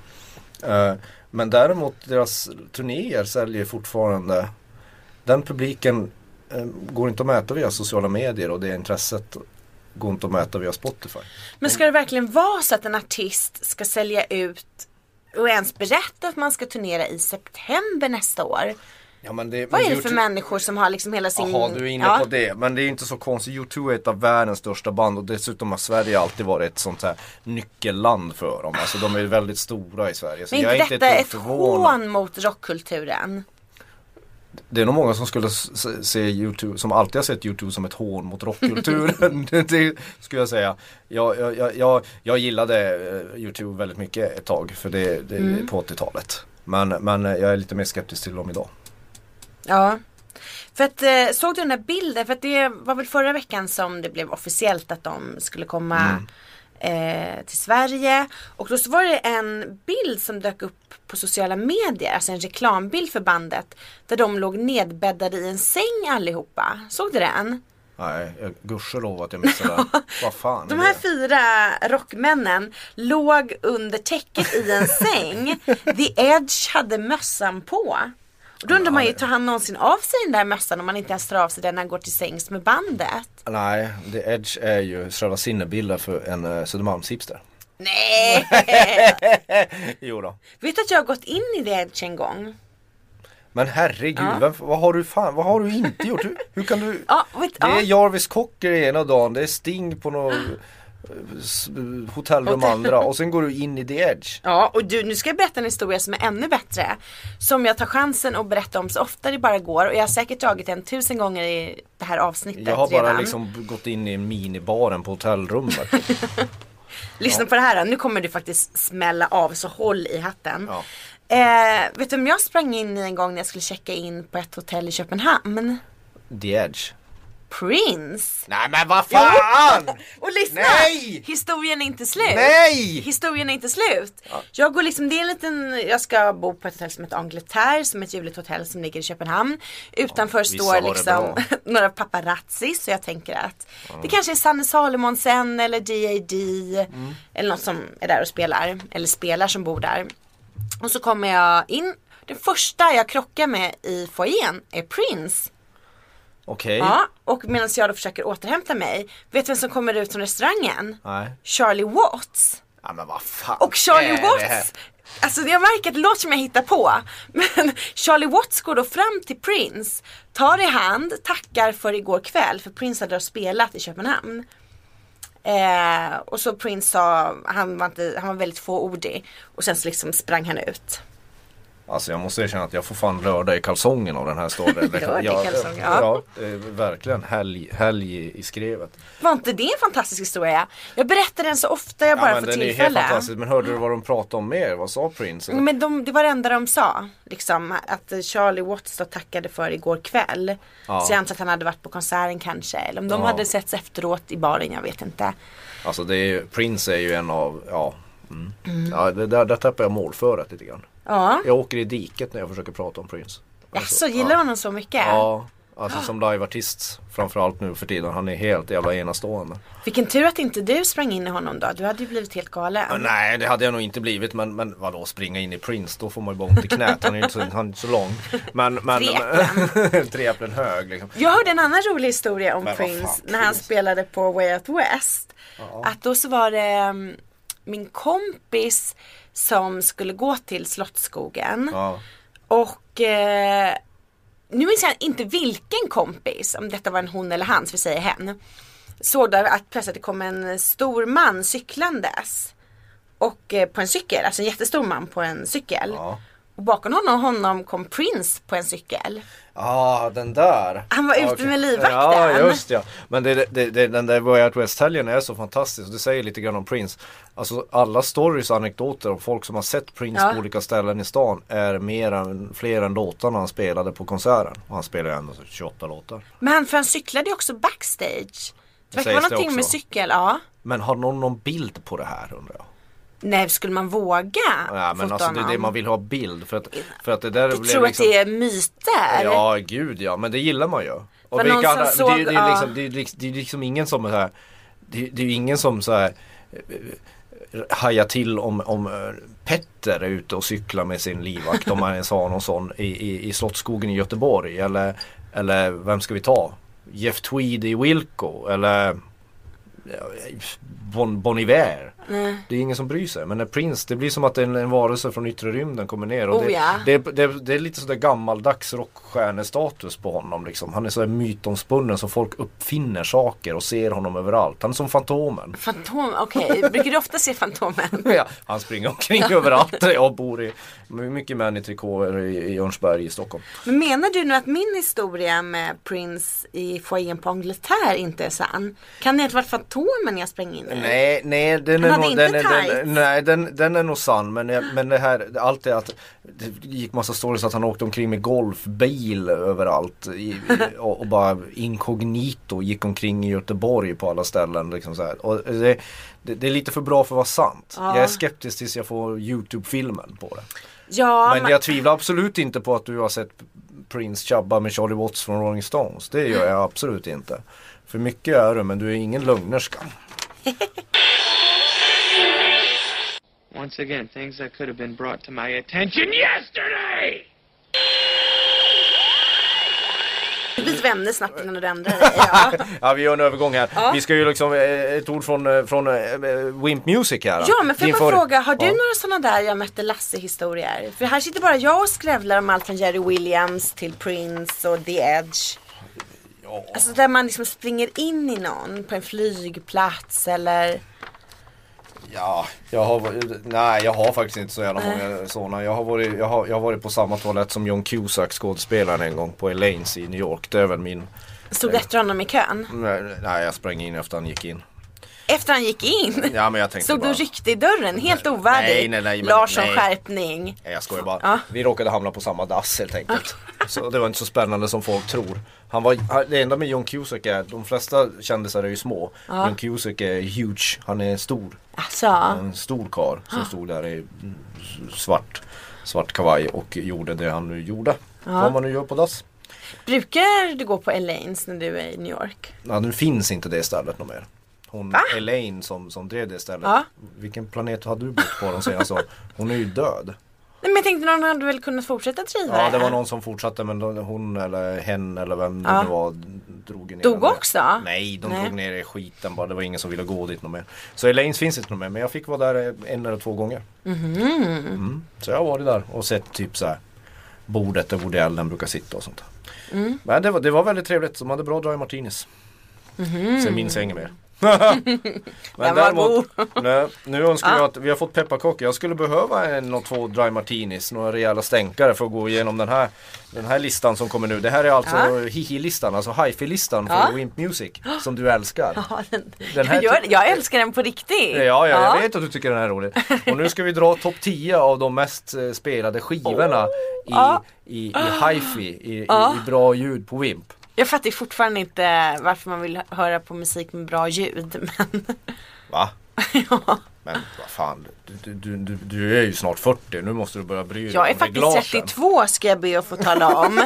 Eh, men däremot deras turnéer säljer fortfarande. Den publiken eh, går inte att mäta via sociala medier och det intresset går inte att mäta via Spotify. Men ska det verkligen vara så att en artist ska sälja ut och ens berätta att man ska turnera i september nästa år? Ja, men det, Vad men är det för YouTube- människor som har liksom hela sin... Jaha, du är inne ja. på det. Men det är inte så konstigt. U2 är ett av världens största band och dessutom har Sverige alltid varit ett sånt här nyckelland för dem. Alltså de är väldigt stora i Sverige. Så Men jag är inte inte detta ett, ett ett förvånad. hån mot rockkulturen? Det är nog många som skulle s- s- se YouTube, som alltid har sett YouTube som ett hån mot rockkulturen. det, det skulle jag säga. Jag, jag- jag, jag, jag gillade eh, YouTube väldigt mycket ett tag för det, det Mm. är på 80-talet. Men, men eh, jag är lite mer skeptisk till dem idag. Ja. För att, eh, såg du den där bilden? För att det var väl förra veckan som det blev officiellt att de skulle komma eh, till Sverige. Och då så var det en bild som dök upp på sociala medier, alltså en reklambild för bandet. Där de låg nedbäddade i en säng allihopa. Såg du den? Nej, jag- gudskelov att jag missade den. Vad fan är De här det? fyra rockmännen låg under täcket i en säng. The Edge hade mössan på. Och då undrar man ju, tar han någonsin av sig den där mössan om man inte ens tar av sig den när han går till sängs med bandet? Nej, The Edge är ju själva sinnebilden för en eh, Södermalmshipster. Nej! Jo då. Vet du att jag har gått in i The Edge en gång? Men herregud, vem, vad har du fan, vad har du inte gjort? Hur, hur kan du? Ja, vet, Det är ja. Jarvis Cocker i ena dagen, det är Sting på något Ah. eh, s- hotellrum andra och sen går du in i The Edge. ja, och du, nu ska jag berätta en historia som är ännu bättre. Som jag tar chansen att berätta om så ofta det bara går. Och jag har säkert dragit den tusen gånger i det här avsnittet Jag har bara redan. liksom gått in i minibaren på hotellrummet. Lyssna på det här då. nu kommer du faktiskt smälla av så håll i hatten. Ja. Eh, vet du om jag sprang in i en gång när jag skulle checka in på ett hotell i Köpenhamn? The Edge. Prince! Nej men vad fan! Och lyssna! Nej! Historien är inte slut! Nej! Historien är inte slut. Jag går liksom, det är en liten, jag ska bo på ett hotell som heter Angleterre som är ett ljuvligt hotell som ligger i Köpenhamn. Utanför vissa står har det liksom bra. några paparazzis så jag tänker att det kanske är Sanne Salomonsen eller D.A.D. Mm. eller något som är där och spelar. Eller spelar som bor där. Och så kommer jag in. Den första jag krockar med i foajén är Prince. Okej. Ja, och medan jag då försöker återhämta mig. Vet du vem som kommer ut från restaurangen? Nej. Charlie Watts. Ja men vad fan. Och Charlie är det här? Watts Alltså jag märker att det låter som jag hittar på. Men Charlie Watts går då fram till Prince, tar i hand, tackar för igår kväll för Prince hade då spelat i Köpenhamn. Eh, och så Prince sa, han var, inte, han var väldigt fåordig och sen så liksom sprang han ut. Alltså jag måste erkänna att jag får fan rörda i kalsongen av den här storyn. Rörda i kalsongen, ja. ja. eh, verkligen. Helg, helg i- i skrevet. Var inte det en fantastisk historia? Jag berättar den så ofta jag bara men får den är ju helt tillfälle. Mm. fantastisk. Men hörde du vad de pratade om mer? Vad sa Prince? Men de, det var det enda de sa. Liksom, att eh, Charlie Watts då tackade för igår kväll. Ja. Så jag antar att han hade varit på konserten kanske. Eller om de Ja. hade setts efteråt i baren, jag vet inte. Alltså det är, ju- Prince är ju en av, ja. Mm. ja det, där, där tappar jag målföret lite grann. Ja. Jag åker i diket när jag försöker prata om Prince. Jaså, gillar du ja. honom så mycket? Ja, alltså som liveartist framförallt nu för tiden. Han är helt jävla enastående. Vilken tur att inte du sprang in i honom då. Du hade ju blivit helt galen. Men nej, det hade jag nog inte blivit. Men, men vadå, springa in i Prince, då får man ju bara ont i knät. Han är ju inte så, han är inte så lång. Men, men, men, tre äpplen hög liksom. Jag hörde en annan rolig historia om Men vad fan, Prince när han Prince. spelade på Way Out West. Att då så var det mm, min kompis som skulle gå till Slottsskogen. Ja. Och eh, nu minns jag inte vilken kompis, om detta var en hon eller han, så vi säger hen. Såg då att plötsligt det kom en stor man cyklandes. Och eh, på en cykel, alltså en jättestor man på en cykel. Ja. Och bakom honom, honom kom Prince på en cykel. Ah, den där. Han var ute Ah, okej. med livvakten. Ja, just ja. Men det, det, det, den där Way Out West-helgen är så fantastisk. Det säger lite grann om Prince. Alltså alla stories och anekdoter om folk som har sett Prince Ja. på olika ställen i stan är mer än, fler än låtarna han spelade på konserten. Och han spelade ändå så 28 låtar. Men han, för han cyklade ju också backstage. Det verkar Sägs vara det någonting med också? cykel, ja. Men har någon någon bild på det här undrar jag? Nej, skulle man våga Ja, men fota alltså det är det honom? man vill ha bild för att, för att det där liksom- Du tror att det är myter? Ja, gud ja, men det gillar man ju. Och För vilka någon som andra, såg- det, är- det, är ja. liksom, det, är liksom, det är liksom ingen som är så här, det, är- det är ju ingen som så här eh, hajar till om, om eh, Petter är ute och cyklar med sin livvakt om man ens har någon sån i, i, i Slottsskogen i Göteborg eller, eller vem ska vi ta? Jeff Tweed i Wilco eller eh, Bon, bon Iver. Nej. Det är ingen som bryr sig. Men när Prince, det blir som att en, en varelse från yttre rymden kommer ner. Och Oh, det, ja. det, det, det är lite sådär gammaldags rockstjärnestatus på honom. Liksom. Han är så här mytomspunnen så folk uppfinner saker och ser honom överallt. Han är som Fantomen. Fantom, okej. Brukar du ofta se Fantomen? Ja, han springer omkring överallt där jag bor i. Mycket män i trikåer i, i Örnsberg i Stockholm. Men menar du nu att min historia med Prince i foajén på Angleterre inte är sann? Kan det inte ha varit Fantomen jag sprang in i? Nej, nej den, är Han hade nog, inte den, är- tights. den, nej, den, den är nog sann men, jag- men det här, allt är att det gick massa stories att han åkte omkring med golfbil överallt i, i, och, och bara inkognito gick omkring i Göteborg på alla ställen. Liksom så här. Och det, det, det är lite för bra för att vara sant. Ja. Jag är skeptisk tills jag får Youtube-filmen på det. Ja, Men jag tvivlar absolut inte på att du har sett Prince tjabba med Charlie Watts från Rolling Stones. Det gör jag absolut inte. För mycket är du men du är ingen lögnerska. Once again, things that could have been brought to my attention yesterday! byter vi ämne snabbt innan du ändrar dig. Ja. Ja vi gör en övergång här. Ja. Vi ska ju liksom eh, ett ord från, eh, från eh, Wimp Music här. ja, men får Din jag bara favorit- fråga, har du Ja. några sådana där jag mötte Lasse-historier? För här sitter bara jag och skrävlar om allt från Jerry Williams till Prince och The Edge. Alltså där man liksom springer in i någon på en flygplats eller Ja, jag har, varit- nej jag har faktiskt inte så jävla många sådana. Jag har, varit, jag, har, jag har varit på samma toalett som John Cusack skådespelaren en gång på Elaines i New York. Det är väl min, Mm, stod efter honom i kön. nej jag sprang in efter han gick in. Efter han gick in. Ja men jag tänkte Stod du bara, och ryckte i dörren, helt ovärdig. Nej, nej, nej, men- Larsson nej. skärpning. nej jag skojar bara. Ja. Vi råkade hamna på samma dass helt enkelt. Så det var inte så spännande som folk tror. Han var, han- det enda med John Cusack är, de flesta kändisar är ju små. John Cusack är huge, han är stor. Alltså, En stor kar som stod där i svart, svart kavaj och gjorde det han nu gjorde. Vad man nu gör på dass. brukar du gå på Elaines när du är i New York? Ja, nu finns inte det stället något mer. Hon Elaine som, som drev det stället. Ja. Vilken planet har du bott på de senaste åren? Hon är ju död. Nej men jag tänkte någon hade väl kunnat fortsätta driva Ja det var någon som fortsatte men då- hon eller hen eller vem det Ja. nu var drog ner Dog den där. också? Nej de Nej. drog ner i skiten bara. Det var ingen som ville gå dit något mer. Så Elaines finns inte något mer men jag fick vara där eh, en eller två gånger. Mhm. Mm. Så jag har varit där och sett typ så här bordet där Woody Allen brukar sitta och sånt. Mm. Men det var, det var väldigt trevligt. De hade bra dry martinis. Sen minns jag inget mer. Men Den Mhm. var nej, nu önskar Ja. jag att vi har fått pepparkakor. Jag skulle behöva en och två dry martinis, några rejäla stänkare för att gå igenom den här, den här listan som kommer nu. Det här är alltså Ja. hihi-listan, alltså hifi-listan Ja. för Wimp Music som du älskar. Ja, den, Den här jag, gör, typ- jag älskar den på riktigt. Ja, ja, jag vet att du tycker den här är rolig. Och nu ska vi dra topp 10 av de mest eh, spelade skivorna i, Ja. i, i hifi, i, Ja. i, i bra ljud på Wimp. Jag fattar ju fortfarande inte varför man vill höra på musik med bra ljud. Men Va? Men vad fan, du, du, du, du är ju snart 40, nu måste du börja bry dig jag är om faktiskt reglagen. 32 ska jag be att få tala om.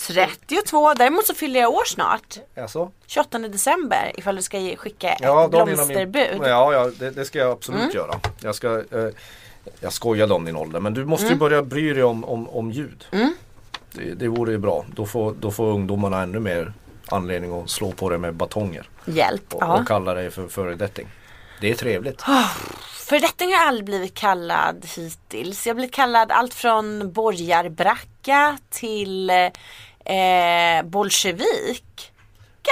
32, däremot så fyller jag år snart. Alltså? 28 december ifall du ska ge, skicka ett Ja, dagen innan min- blomsterbud. Mm. Ja, ja det, det ska jag absolut göra. Jag, ska, eh, jag skojade om din ålder men du måste Mm. ju börja bry dig om, om, om ljud. Det, det vore ju bra. Då får, då får ungdomarna ännu mer anledning att slå på dig med batonger Hjälp. och, Ja. Ah, och kalla dig för föredetting. Det är trevligt. För detta har jag aldrig blivit kallad hittills. Jag har blivit kallad allt från borgarbracka till eh, bolsjevik.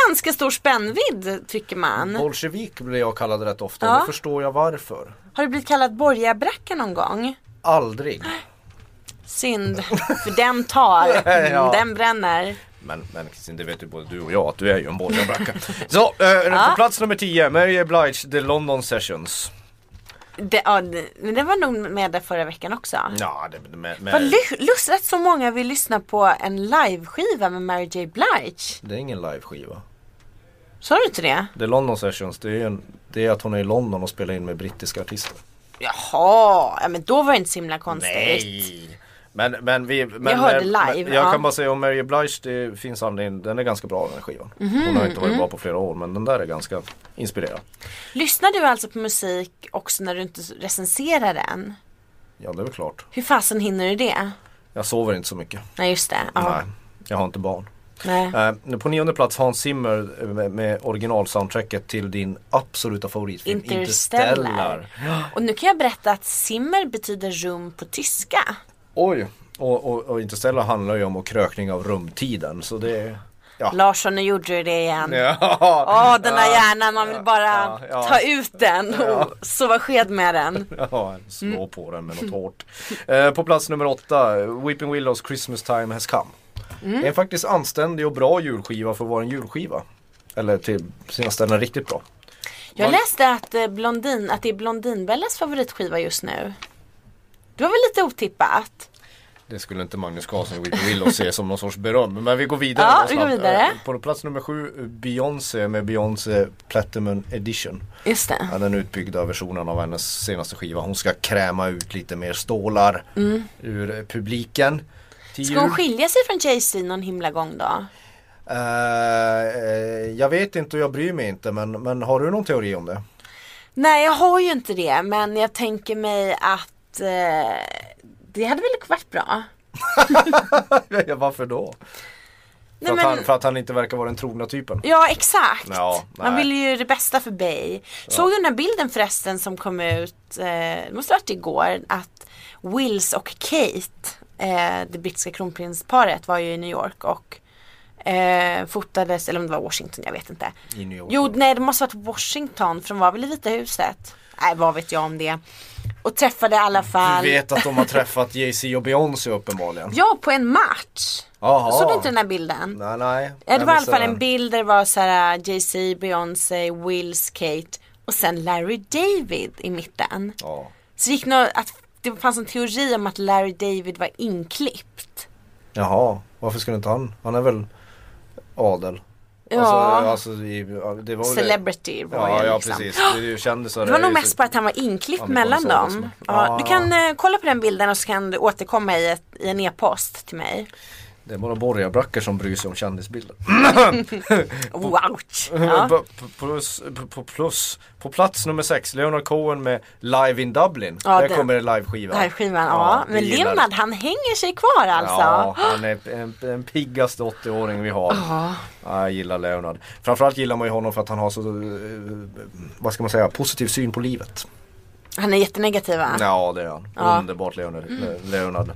Ganska stor spännvidd tycker man. Bolsjevik blir jag kallad rätt ofta Ja. och nu förstår jag varför. Har du blivit kallad borgarbracka någon gång? Aldrig. Synd, för den tar, Ja. den bränner. Men, men Kristin, det vet ju både du och jag att du är ju en Borgenbracka. Så, eh, på plats nummer 10, Mary Blige, The London Sessions. Det, ja, det, men den var nog med där förra veckan också. Ja, det, med, Vad med, ly- lustigt att så många vill lyssna på en liveskiva med Mary J Blige. det är ingen liveskiva. Sa du inte det? The London Sessions, det är ju en, det är att hon är i London och spelar in med brittiska artister. Jaha, ja, men då var det inte så himla konstigt. Men, men vi... Men, Jag hörde eh, live, Men, jag ja. kan bara säga om Mary Blige, det finns anledning, den är ganska bra den här skivan. Mhm, Hon har inte varit bra på flera år men den där är ganska inspirerad. Lyssnar du alltså på musik också när du inte recenserar den? Ja det är väl klart. Hur fasen hinner du det? Jag sover inte så mycket. Nej just det. Ja. Nej, jag har inte barn. Nej. Eh, nu på nionde plats Hans Zimmer eh, med, med originalsoundtracket till din absoluta favoritfilm Interstellar. Och nu kan jag berätta att simmer betyder rum på tyska. Oj, och, och, och Interstellar handlar ju om och krökning av rumtiden så det är... Ja. Larsson, nu gjorde du det igen. Åh, Ja. den där hjärnan, man vill bara ja, ja. ta ut den och sova sked med den. Ja, slå Mm. på den med något hårt. Eh, på plats nummer åtta, Weeping Willows Christmas Time Has Come. Mm. Det är faktiskt anständig och bra julskiva för att vara en julskiva. Eller till sina ställen riktigt bra. Jag Man- läste att, eh, Blondin, att det är Blondinbellas favoritskiva just nu. Det var väl lite otippat? Det skulle inte Magnus Carlsson i Weeping Willows se som någon sorts beröm. Men vi går vidare. Ja, då vi går snabbt. vidare. Eh, På plats nummer sju, Beyoncé med Beyoncé Platinum Edition. Just det. Ja, den utbyggda versionen av hennes senaste skiva. Hon ska kräma ut lite mer stålar ur eh, publiken. till Mm. Ska hon jul. skilja sig från Jay-Z någon himla gång då? Eh, eh, jag vet inte och jag bryr mig inte men, men har du någon teori om det? Nej jag har ju inte det men jag tänker mig att eh, det hade väl varit bra. Ja, Varför då? Nej, för, att men- han, för att han inte verkar vara den trogna typen. Ja exakt. Ja, nej. Man vill ju det bästa för Bey. Såg du den här bilden förresten som kom ut, eh, det måste ha varit igår, att Wills och Kate, eh, det brittiska kronprinsparet var ju i New York och eh, fotades, eller om det var Washington, jag vet inte. I New York. Jo, nej det måste ha varit Washington för de var väl i Vita huset. Nej, vad vet jag om det. Och träffade i alla Du fall vet att de har träffat Jay-Z och Beyoncé uppenbarligen. Ja, på en match. Jaha. Såg du inte den här bilden? Nej, nej. Ja, det Jag var i alla missade fall en den. bild där det var så här äh, Jay-Z, Beyoncé, Wills, Kate och sen Larry David i mitten. Ja. Så gick nog att det fanns en teori om att Larry David var inklippt. Jaha, varför skulle inte han? Han är väl adel? Ja, Alltså, alltså, i, det var väl celebrity Det. var Ja, ju ja liksom. precis. Det är ju kändisar. Det var nog är ju mest så- bara att han var inklippt mellan Amerikansk dem. adelsman. Ja, Ja, du ja. kan eh, kolla på den bilden och så kan du återkomma i, ett, i en e-post till mig. Det är bara borgarbrackor som bryr sig om kändisbilder. Ouch! Ja. På, på, plus, på, på, plus, på plats nummer sex, Leonard Cohen med Live in Dublin. Ja, Där det- kommer det liveskiva. Den här skivan, ja. det Men gillar- Leonard han hänger sig kvar alltså. Ja, han är en, den piggaste 80-åring vi har. Ja, jag gillar Leonard. Framförallt gillar man ju honom för att han har så, eh, vad ska man säga, positiv syn på livet. Han är jättenegativ va? Ja, det är han. Ah. Ja. Mm. Underbart Leonard. Le- Leonard.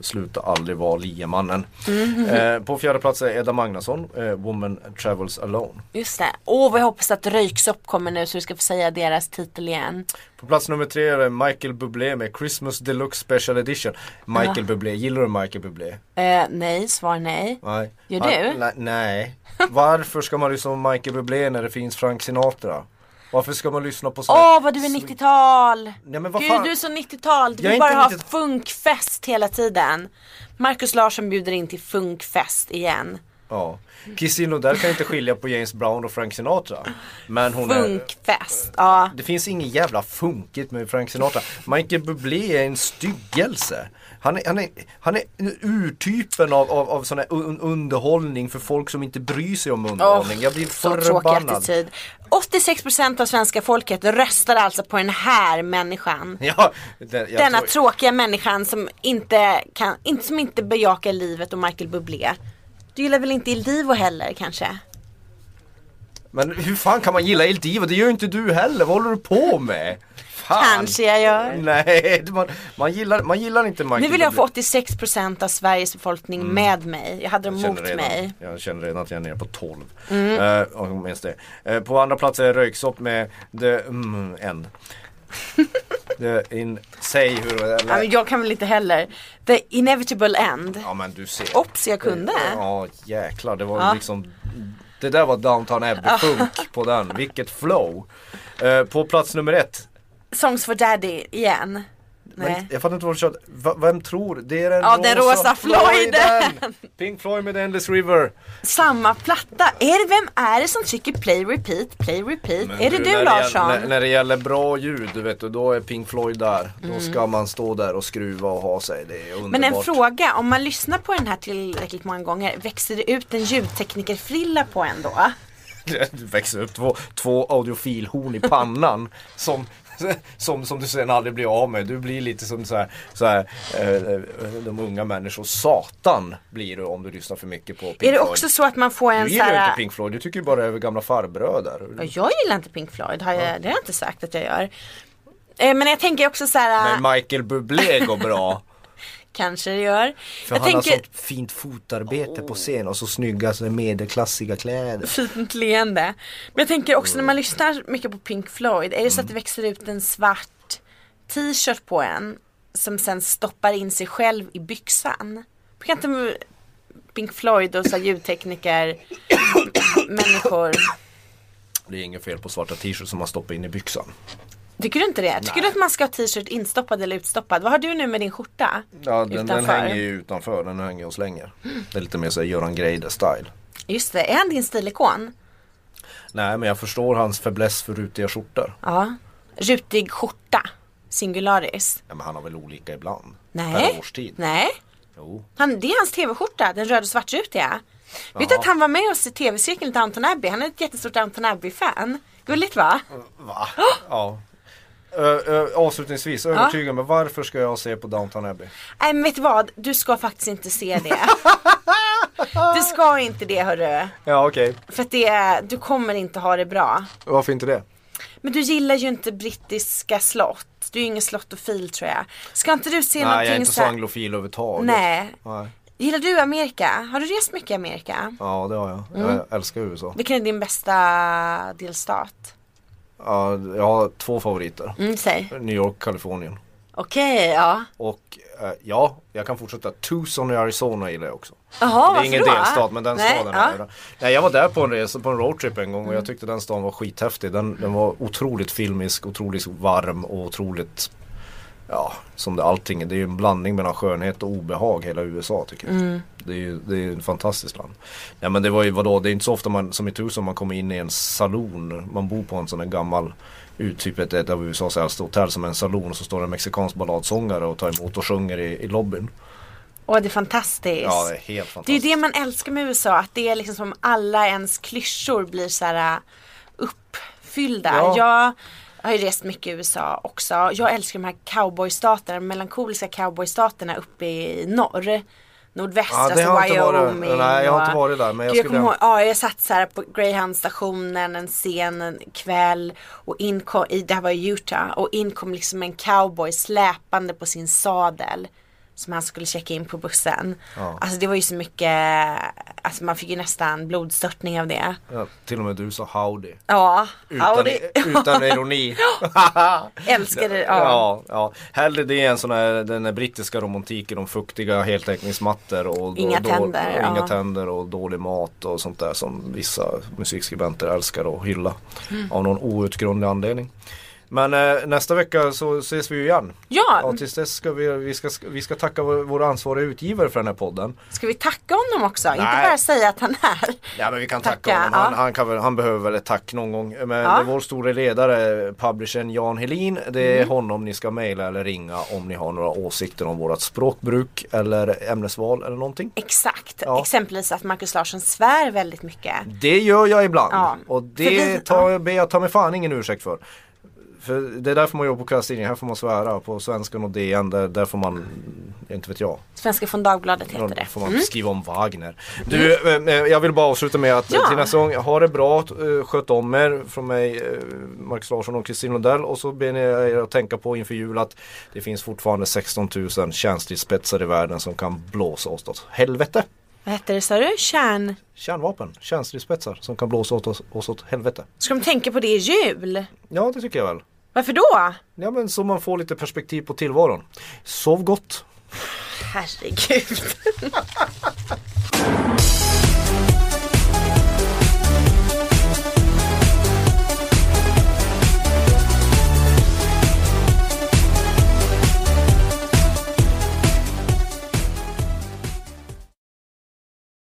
Sluta aldrig vara liemannen. Mm. Eh, på fjärde plats är Edda Magnusson, eh, Woman Travels Alone. Just det. Åh vad jag hoppas att Röyksopp kommer nu så du ska få säga deras titel igen. På plats nummer tre är det Michael Bublé med Christmas Deluxe Special Edition. Michael Ah. Bublé, gillar du Michael Bublé? Eh, nej, svar nej. Nej. Gör Han- du? Nej, nej. Varför ska man lyssna på Michael Bublé när det finns Frank Sinatra? Varför ska man lyssna på såna... Åh vad du är 90-tal! Nej, men vad Gud fan? du är så 90-tal, du Jag är vill bara inte ha 90-tal. funkfest hela tiden. Markus Larsson bjuder in till funkfest igen. Ja. Christine Lodell kan inte skilja på James Brown och Frank Sinatra. Men hon är... Funkfest, ja. Det finns ingen jävla funkigt med Frank Sinatra. Michael Bublé är en styggelse. Han är, han är, han är urtypen av, av, av sån här un underhållning för folk som inte bryr sig om underhållning. Jag blir Så tråkig förbannad. attityd. 86% av svenska folket röstar alltså på den här människan. Ja, den, jag Denna tror- tråkiga människan som inte, kan, inte, som inte bejakar livet och Michael Bublé. Du gillar väl inte Il Divo heller kanske? Men hur fan kan man gilla El Divo? Det gör ju inte du heller, vad håller du på med? Fan. Kanske jag gör. Nej, det- man, man, gillar, man gillar inte Michael Nu vill jag få Bublé. Mm. 86% av Sveriges befolkning med mig. Jag hade dem Jag mot känner redan- mig. Jag känner redan att jag är nere på 12. Mm. Eh, minst det. Eh, på andra plats är Röyksopp med The mm, N. Det är in, säg hur det Ja, men eller, jag kan väl inte heller. The inevitable end. Ja men du ser. Eh, Ops, jag kunde. Ja jäklar, det var Ja. liksom Det där var Downton Abbey-funk på den, vilket flow! Eh, på plats nummer ett, Songs for Daddy igen. men Nej. jag fattar inte vad du körde, Va, vem tror? Det är den Ja, den rosa Floyden. Pink Floyd med Endless River! Samma platta. Är det, vem är det som tycker play repeat, play repeat? är det när du gäller- Larsson? När, när det gäller bra ljud, du vet, då är Pink Floyd där. Då ska man stå där och skruva och ha sig, det är underbart. Mm. Men en fråga, om man lyssnar på den här tillräckligt många gånger, växer det ut en ljudteknikerfrilla på en då? Du växer upp två, två audiofilhorn i pannan som, som, som du sen aldrig blir av med. Du blir lite som så här, så här eh, de unga människor. Satan blir du om du lyssnar för mycket på Pink Är det Floyd. också så att man får du en så gillar ju inte här... Pink Floyd, du tycker ju bara över gamla farbröder. Ja, Jag gillar inte Pink Floyd, har jag, det har jag inte sagt att jag gör. Eh, Men jag tänker också så här, Men Michael Bublé går bra. kanske det gör. För Jag han har tänker, sånt fint fotarbete på scen och så snygga så här medelklassiga kläder. fint leende. Men jag tänker också Mm. när man lyssnar mycket på Pink Floyd, är det så att det växer ut en svart t-shirt på en som sen stoppar in sig själv i byxan? Kan inte Pink Floyd och så här ljudtekniker, människor. Det är inget fel på svarta t-shirts som man stoppar in i byxan. Tycker du inte det? Tycker du att man ska ha t-shirt instoppad eller utstoppad? Vad har du nu med din skjorta? Ja, den, den Utanför. hänger ju utanför, den hänger och slänger. Det är lite mer såhär Göran Greider-style. Just det, är han din stilikon? Nej men jag förstår hans fäbless för rutiga skjortor. Ja. Rutig skjorta, singularis. Ja, men han har väl olika ibland. Per Nej. årstid. Nej. Jo. Han, det är hans tv-skjorta, den röd och svartrutiga. Vet du att han var med oss i tv-cirkeln till Anton Abbey? Han är ett jättestort Anton Abbey-fan. Gulligt va? Va? Ja. Ö, ö, avslutningsvis, övertyga mig. Varför ska jag se på Downton Abbey? Nej men vet du vad? Du ska faktiskt inte se det. Du ska inte det hörru. Ja okej. För att det, är- du kommer inte ha det bra. Varför inte det? Men du gillar ju inte brittiska slott. Du är ju ingen slottofil tror jag. Ska inte du se Nej någonting jag är inte så så här- anglofil överhuvudtaget. Nej. Nej. Gillar du Amerika? Har du rest mycket i Amerika? Ja det har jag. Mm. Jag älskar USA. Vilken är din bästa delstat? Ja, jag har två favoriter. Mm, säg. New York, Kalifornien. Okej, ja. Och eh, ja, jag kan fortsätta. Tucson i Arizona gillar jag också. Jaha, det är Ah, varför ingen då? delstat men den Nej, staden ja. Mm. är det. Nej, jag var där på en resa, på en roadtrip en gång och jag tyckte den staden var skithäftig. Den, den var otroligt filmisk, otroligt varm och otroligt Ja, som det allting är. Det är ju en blandning mellan skönhet och obehag hela USA tycker jag. Mm. Det är ju det är ju ett fantastiskt land. Ja men det var ju vadå, det är inte så ofta man, som i Tucson, man kommer in i en saloon. Man bor på en sån här gammal, ut- typ ett, ett av USAs äldsta hotell som är en saloon och så står det en mexikansk balladsångare och tar emot och sjunger i, i lobbyn. Åh, det är fantastiskt. Ja, det är helt det är ju fantastiskt. det man älskar med USA, att det är liksom som alla ens klyschor blir så här äh, uppfyllda. Ja. Jag har ju rest mycket i USA också. Jag älskar de här cowboystaterna, de melankoliska cowboystaterna uppe i norr. Nordväst, Ja, det alltså har jag inte varit. Wyoming. Nej, jag har och- inte varit där, men jag Gud, skulle- kommer ihåg, ja, jag satt så här på Greyhound-stationen en sen en kväll och in kom, i, det här var i Utah och in kom liksom en cowboy släpande på sin sadel som han skulle checka in på bussen. Alltså det var ju så mycket, alltså man fick ju nästan blodstörtning av det. Ja, till och med du sa howdy. Ja, Utan, ja, och det, utan ironi. älskade det. Ja. Ja, ja. Hellre det än sån här, den här brittiska romantiken om fuktiga heltäckningsmattor och, då- Inga då- tänder, och, inga ja. tänder och dålig mat och sånt där som vissa musikskribenter älskar att hylla. Mm. Av någon outgrundlig anledning. Men eh, nästa vecka så ses vi ju igen. Ja, ja, tills dess ska vi, vi, ska, vi ska tacka vår, vår ansvariga utgivare för den här podden. ska vi tacka honom också? Inte Nej. bara säga att han är. Ja men vi kan tacka, Tacka, honom. Han, ja. han, kan väl, han behöver väl ett tack någon gång. Men Ja. det är vår store ledare, publishern Jan Helin, det är Mm. honom ni ska mejla eller ringa om ni har några åsikter om vårat språkbruk eller ämnesval eller någonting. Exakt, Ja. exempelvis att Markus Larsson svär väldigt mycket. Det gör jag ibland Ja. och För det vi- tar, ber jag ta mig fan ingen ursäkt för. För det är därför man jobbar på kvällstidningen, här får man svära. På Svenskan och DN, där, där får man, inte vet jag. Svenska från Dagbladet heter Då det. får man skriva om Wagner. Du, eh, eh, jag vill bara avsluta med att Ja. till nästa gång, ha det bra, eh, sköt om er från mig, eh, Marcus Larsson och Kristin Lundell. Och så ber ni er att tänka på inför jul att det finns fortfarande 16 000 kärnstridsspetsar i världen som kan blåsa oss åt helvete. Vad hette det sa du? Kärn... Kärnvapen, kärnstridsspetsar som kan blåsa åt oss, oss åt helvete. Ska de tänka på det i jul? Ja, det tycker jag väl. Varför då? Ja men så man får lite perspektiv på tillvaron. Sov gott! Herregud.